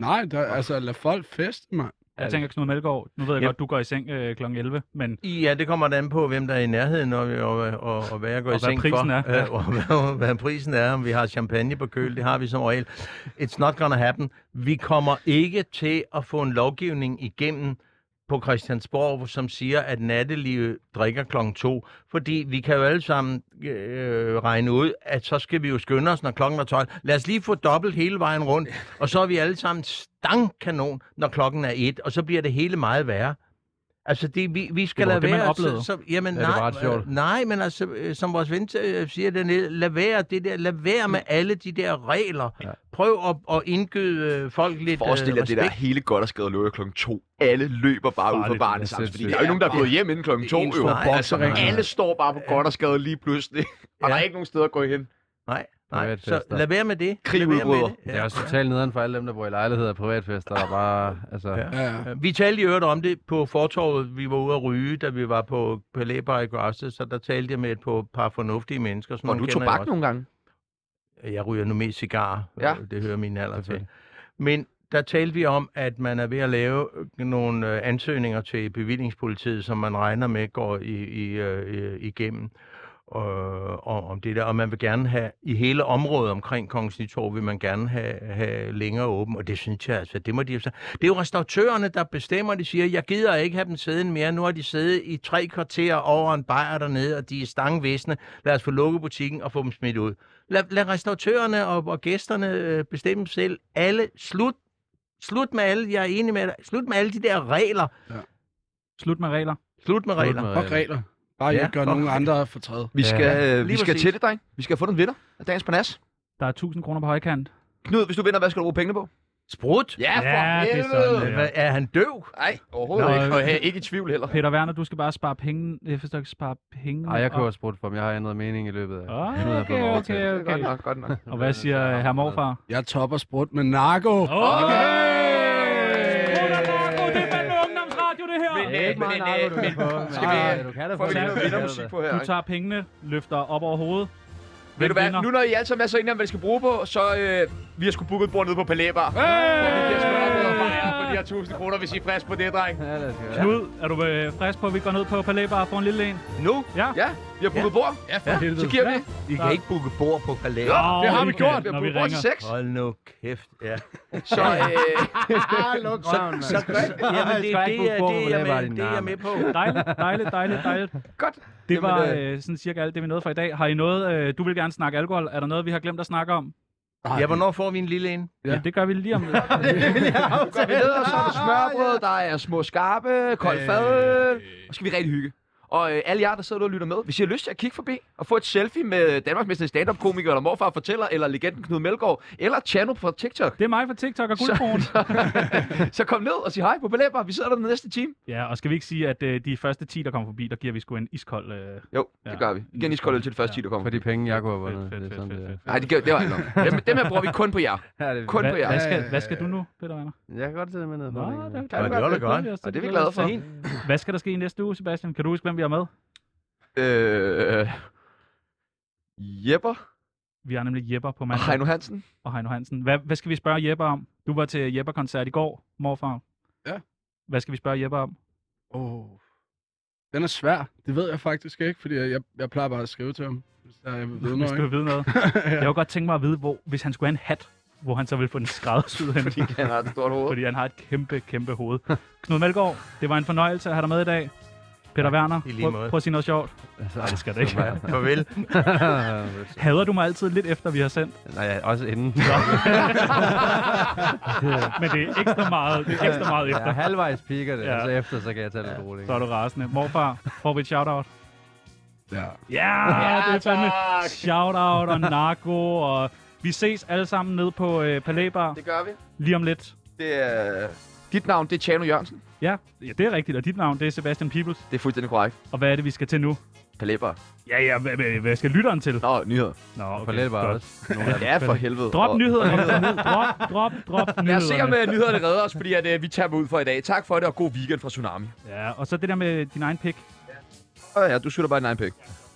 S4: Nej, der, altså lad folk feste, mand.
S2: Hvad tænker Knud Melgaard? Nu ved jeg
S5: Ja.
S2: godt, du går i seng øh, kl. 11, men
S5: Ja, det kommer da an på, hvem der er i nærheden, og, og, og, og hvad jeg går
S2: Og
S5: i
S2: hvad
S5: seng
S2: prisen
S5: for.
S2: er. Ja.
S5: Øh, og hvad, hvad prisen er, om vi har champagne på køl, det har vi som regel. It's not gonna happen. Vi kommer ikke til at få en lovgivning igennem på Christiansborg, som siger, at nattelivet drikker klokken to. Fordi vi kan jo alle sammen øh, regne ud, at så skal vi jo skynde os, når klokken er 12. Lad os lige få dobbelt hele vejen rundt, og så er vi alle sammen stangkanon, når klokken er et, og så bliver det hele meget værre. Altså, det, vi, vi skal
S2: Det var
S5: lade
S2: det, man
S5: være...
S2: oplevede.
S5: Så, så, jamen,
S2: Ja, det
S5: nej,
S2: var ret sjovt.
S5: øh, nej, men altså, øh, som vores ven øh, siger, den, lad være, det der, lad være med alle de der regler. Ja. Prøv at, at indgyde øh, folk lidt
S1: Forestil dig
S5: øh,
S1: det der
S5: respekt.
S1: hele godt og skade lukker klokken to. Alle løber bare ud fra
S5: Farligt,
S1: barnet
S5: det er
S1: sammen, fordi
S5: sindssygt.
S1: der er jo ikke nogen, der er gået
S5: Ja.
S1: hjem inden klokken
S5: Det er
S1: to.
S5: en
S1: Jo.
S5: stor
S1: Altså,
S5: boksering.
S1: alle står bare på godt og skade lige pludselig, og der er ikke nogen steder at gå hen.
S5: Nej,
S1: nej.
S5: Så lad være med det.
S1: Krig
S5: Lad være med
S1: udbryder.
S5: det.
S1: Ja.
S8: Det er også totalt nederen for alle dem, der bor i lejligheder og privatfester, der bare, altså...
S5: Ja. Ja. Øh, Vi talte i øvrigt om det på fortorvet. Vi var ude at ryge, da vi var på Palais Bar i Græsted, så der talte jeg med et par- par fornuftige mennesker. Sådan
S1: Og
S5: nogle
S1: du
S5: kender jeg
S1: tobak
S5: også.
S1: nogle gange?
S5: Jeg ryger nu mest cigarer.
S1: Ja.
S5: Ja. Det hører min alder til. Men der talte vi om, at man er ved at lave nogle øh, ansøgninger til bevillingspolitiet, som man regner med går i, i, øh, i- igennem. Og, og, om det der. og man vil gerne have, i hele området omkring Kongens Nytorv, vil man gerne have, have længere åben, og det synes jeg altså, det må de jo så. Det er jo restauratørerne, der bestemmer, de siger, jeg gider ikke have dem siddende mere, nu har de siddet i tre kvarter over en bajer dernede, og de er stangvisne, lad os få lukket butikken og få dem smidt ud. Lad, lad restauratørerne og, og gæsterne øh, bestemme selv. Alle, slut, slut med alle, jeg er enig med dig, slut med alle de der regler.
S4: Ja.
S2: Slut med regler.
S5: Slut med regler.
S8: øh,
S4: Og regler. Bare jeg
S2: Ja,
S4: ikke gør
S2: og
S4: nogen
S2: regler.
S4: andre fortræd.
S1: Vi skal, ja, vi
S2: lige
S1: skal
S2: præcis.
S1: til det, dreng. Vi skal have fundet en vinder af dagens panas.
S2: Der er 1000 kroner på højkant.
S1: Knud, hvis du vinder, hvad skal du bruge pengene på?
S5: Sprut?
S1: Ja, for
S2: Ja, det er sådan,
S1: helvede!
S2: ja.
S5: Hvad, er han døv?
S1: Nej, overhovedet
S2: Nå,
S1: ikke. Og
S2: øh.
S1: jeg er ikke i tvivl heller.
S2: Peter Werner, du skal bare spare penge. Jeg forstår ikke, spare penge.
S8: Ej, jeg køber sprudt for dem. Jeg har ændret mening i løbet af...
S2: Ah,
S8: Nu har jeg fået
S2: okay,
S8: mig
S2: okay,
S8: overtalt.
S2: okay. Godt
S1: nok, godt nok.
S2: Og hvad siger øh, herr morfar?
S4: Jeg topper sprut med narko.
S2: Okay! Skål og narko, det er fandme ungdomsradio, det her!
S8: Det er ikke meget narko, du kan få, men-
S1: skal
S8: Ej,
S1: vi,
S8: du kan da
S1: får
S8: få
S1: vi lige
S8: narko,
S1: noget
S8: du kan da.
S1: vindermusik på her?
S2: Du tager pengene, løfter op over hovedet.
S1: Ved du hvad,
S2: vinder?
S1: nu når I alle sammen er så enige om, hvad I skal bruge på, så øh, vi har sgu booket et bord nede på Palæbar. Hey! Vi bliver sgu nok nede og fejre for de her 1000 kroner, hvis I er friske på det, dreng.
S8: Ja, lad os gøre det.
S2: Knud, er du øh, frisk på, at vi går ned på Palæ Bar og får en lille en?
S5: Nu?
S2: Ja.
S1: Ja, vi har booket bord.
S10: Ja, for
S1: Så giver vi.
S5: I
S2: Der-
S5: kan ikke booke bord på kalender.
S1: Ja,
S2: Åh,
S1: det har vi
S2: vi kan,
S1: gjort. Vi har
S2: når vi
S1: booket bord til
S2: ringer.
S1: seks.
S5: Hold nu kæft, ja.
S1: Så øh,
S8: Luk røven,
S5: Så,
S8: mand.
S5: så, jamen, det,
S8: Skal
S5: er
S8: ikke
S5: det,
S8: bruge
S5: er-
S8: bord,
S5: det, er
S8: det
S5: jeg
S8: er bare
S5: med,
S8: din
S5: det er jeg
S8: arm.
S5: med på.
S2: Dejligt, dejligt, dejligt, dejligt.
S1: godt.
S2: Det
S1: Jamen,
S2: var
S1: øh,
S2: øh, sådan cirka alt det, vi nåede for i dag. Har I noget, øh, du vil gerne snakke alkohol? Er der noget, vi har glemt at snakke om?
S5: Ja, hvornår får vi en lille en?
S2: Ja.
S4: Ja.
S2: ja det gør vi lige om lidt.
S1: Nu går vi ned, og så er der smørbrød, der er små skarpe, kold fadøl. Og skal vi rigtig hygge. Og øh, alle jer, der sidder derude og lytter med, hvis I har lyst til at kigge forbi og få et selfie med Danmarks stand-up-komiker, eller morfar fortæller, eller legenden Knud Melgaard, eller Chano fra TikTok,
S2: Det er mig fra TikTok og
S1: Så-
S2: guldkronen.
S1: så kom ned og sig hej på Belæber. Vi sidder der den næste time.
S2: Ja, og skal vi ikke sige, at øh, de første 10, der kommer forbi, der giver vi sgu en iskold... Øh,
S1: Jo,
S2: Ja.
S1: det gør vi. Igen iskold øl til det første 10, der
S8: For
S1: kommer.
S8: de penge, jeg kunne have vundet.
S2: fedt, fedt,
S8: Det er sådan,
S2: fedt,
S8: det er.
S2: fedt, fedt.
S1: Nej, det, gør, det var ikke nok. Dem, dem her bruger vi kun på jer.
S8: Ja, det er
S1: Kun på jer.
S2: Hvad skal, hvad skal du nu, Peter Werner?
S8: Jeg kan godt tage det med ned. på
S2: Nå,
S8: det.
S2: kan
S5: Ja,
S2: du
S5: det var da godt.
S2: glæder vi os til.
S1: Og det er vi
S2: glæder
S1: glade
S2: os til. Hvad skal der ske i næste uge, Sebastian? Kan du huske, hvem vi har med?
S1: Øh, Jepper
S2: Vi har nemlig Jepper på
S1: og
S2: mandag.
S1: Heino Hansen.
S2: og Heino Hansen. Hvad, hvad skal vi spørge Jeppe om? Du var til Jeppe-koncert i går, morfar.
S4: Ja.
S2: Hvad skal vi spørge Jeppe om?
S4: Oh. Den er svær. Det ved jeg faktisk ikke, fordi jeg, jeg plejer bare at skrive til ham. Hvis der er ved
S2: Hvis
S4: noget,
S2: du vil
S4: ikke?
S2: vide noget. Jeg kunne godt tænke mig at vide, hvor, hvis han skulle have en hat, hvor han så ville få den skræddersyet hen. Fordi,
S1: Han har et stort hoved.
S2: fordi han har et kæmpe, kæmpe hoved. Knud Melgaard, det var en fornøjelse at have dig med i dag. Peter Werner,
S5: i lige
S2: prøv,
S5: måde.
S2: prøv at sige noget sjovt. Nej, det skal det ikke.
S5: Farvel.
S2: Hader du mig altid lidt efter, vi har sendt?
S8: Nej, også inden.
S2: Men det er ekstra meget, det er ekstra meget
S8: Jeg er
S2: efter.
S8: halvvejs piker det,
S2: Ja.
S8: og så efter, så kan jeg tage lidt roligt.
S2: Så er du rasende. Morfar, får vi et shout-out?
S4: Ja.
S2: Ja, det er fandme shout-out og narko, og vi ses alle sammen nede på øh, Palæbar
S1: Det gør vi.
S2: lige om lidt.
S1: Det er... Dit navn, det er Tjano Jørgensen.
S2: Ja, ja, det er rigtigt, og dit navn, det er Sebastian Peoples.
S1: Det er fuldstændig korrekt.
S2: Og hvad er det, vi skal til nu?
S1: Palæber.
S2: Ja, ja, hvad, hvad, hvad skal lytteren til?
S1: Nå, nyheder.
S2: Nå, okay,
S8: For lidt bare
S2: godt.
S8: også. Nogle af dem.
S1: Ja, for helvede.
S2: Drop
S1: Og-
S2: nyhederne. Drop, drop, drop
S1: Lad os se, om
S2: nyhederne.
S1: øh, nyhederne redder os, fordi at, øh, vi tager dem ud for i dag. Tak for det, og god weekend fra Tsunami.
S2: Ja, og så det der med din egen pik.
S1: Og ja, du skylder bare en egen pik.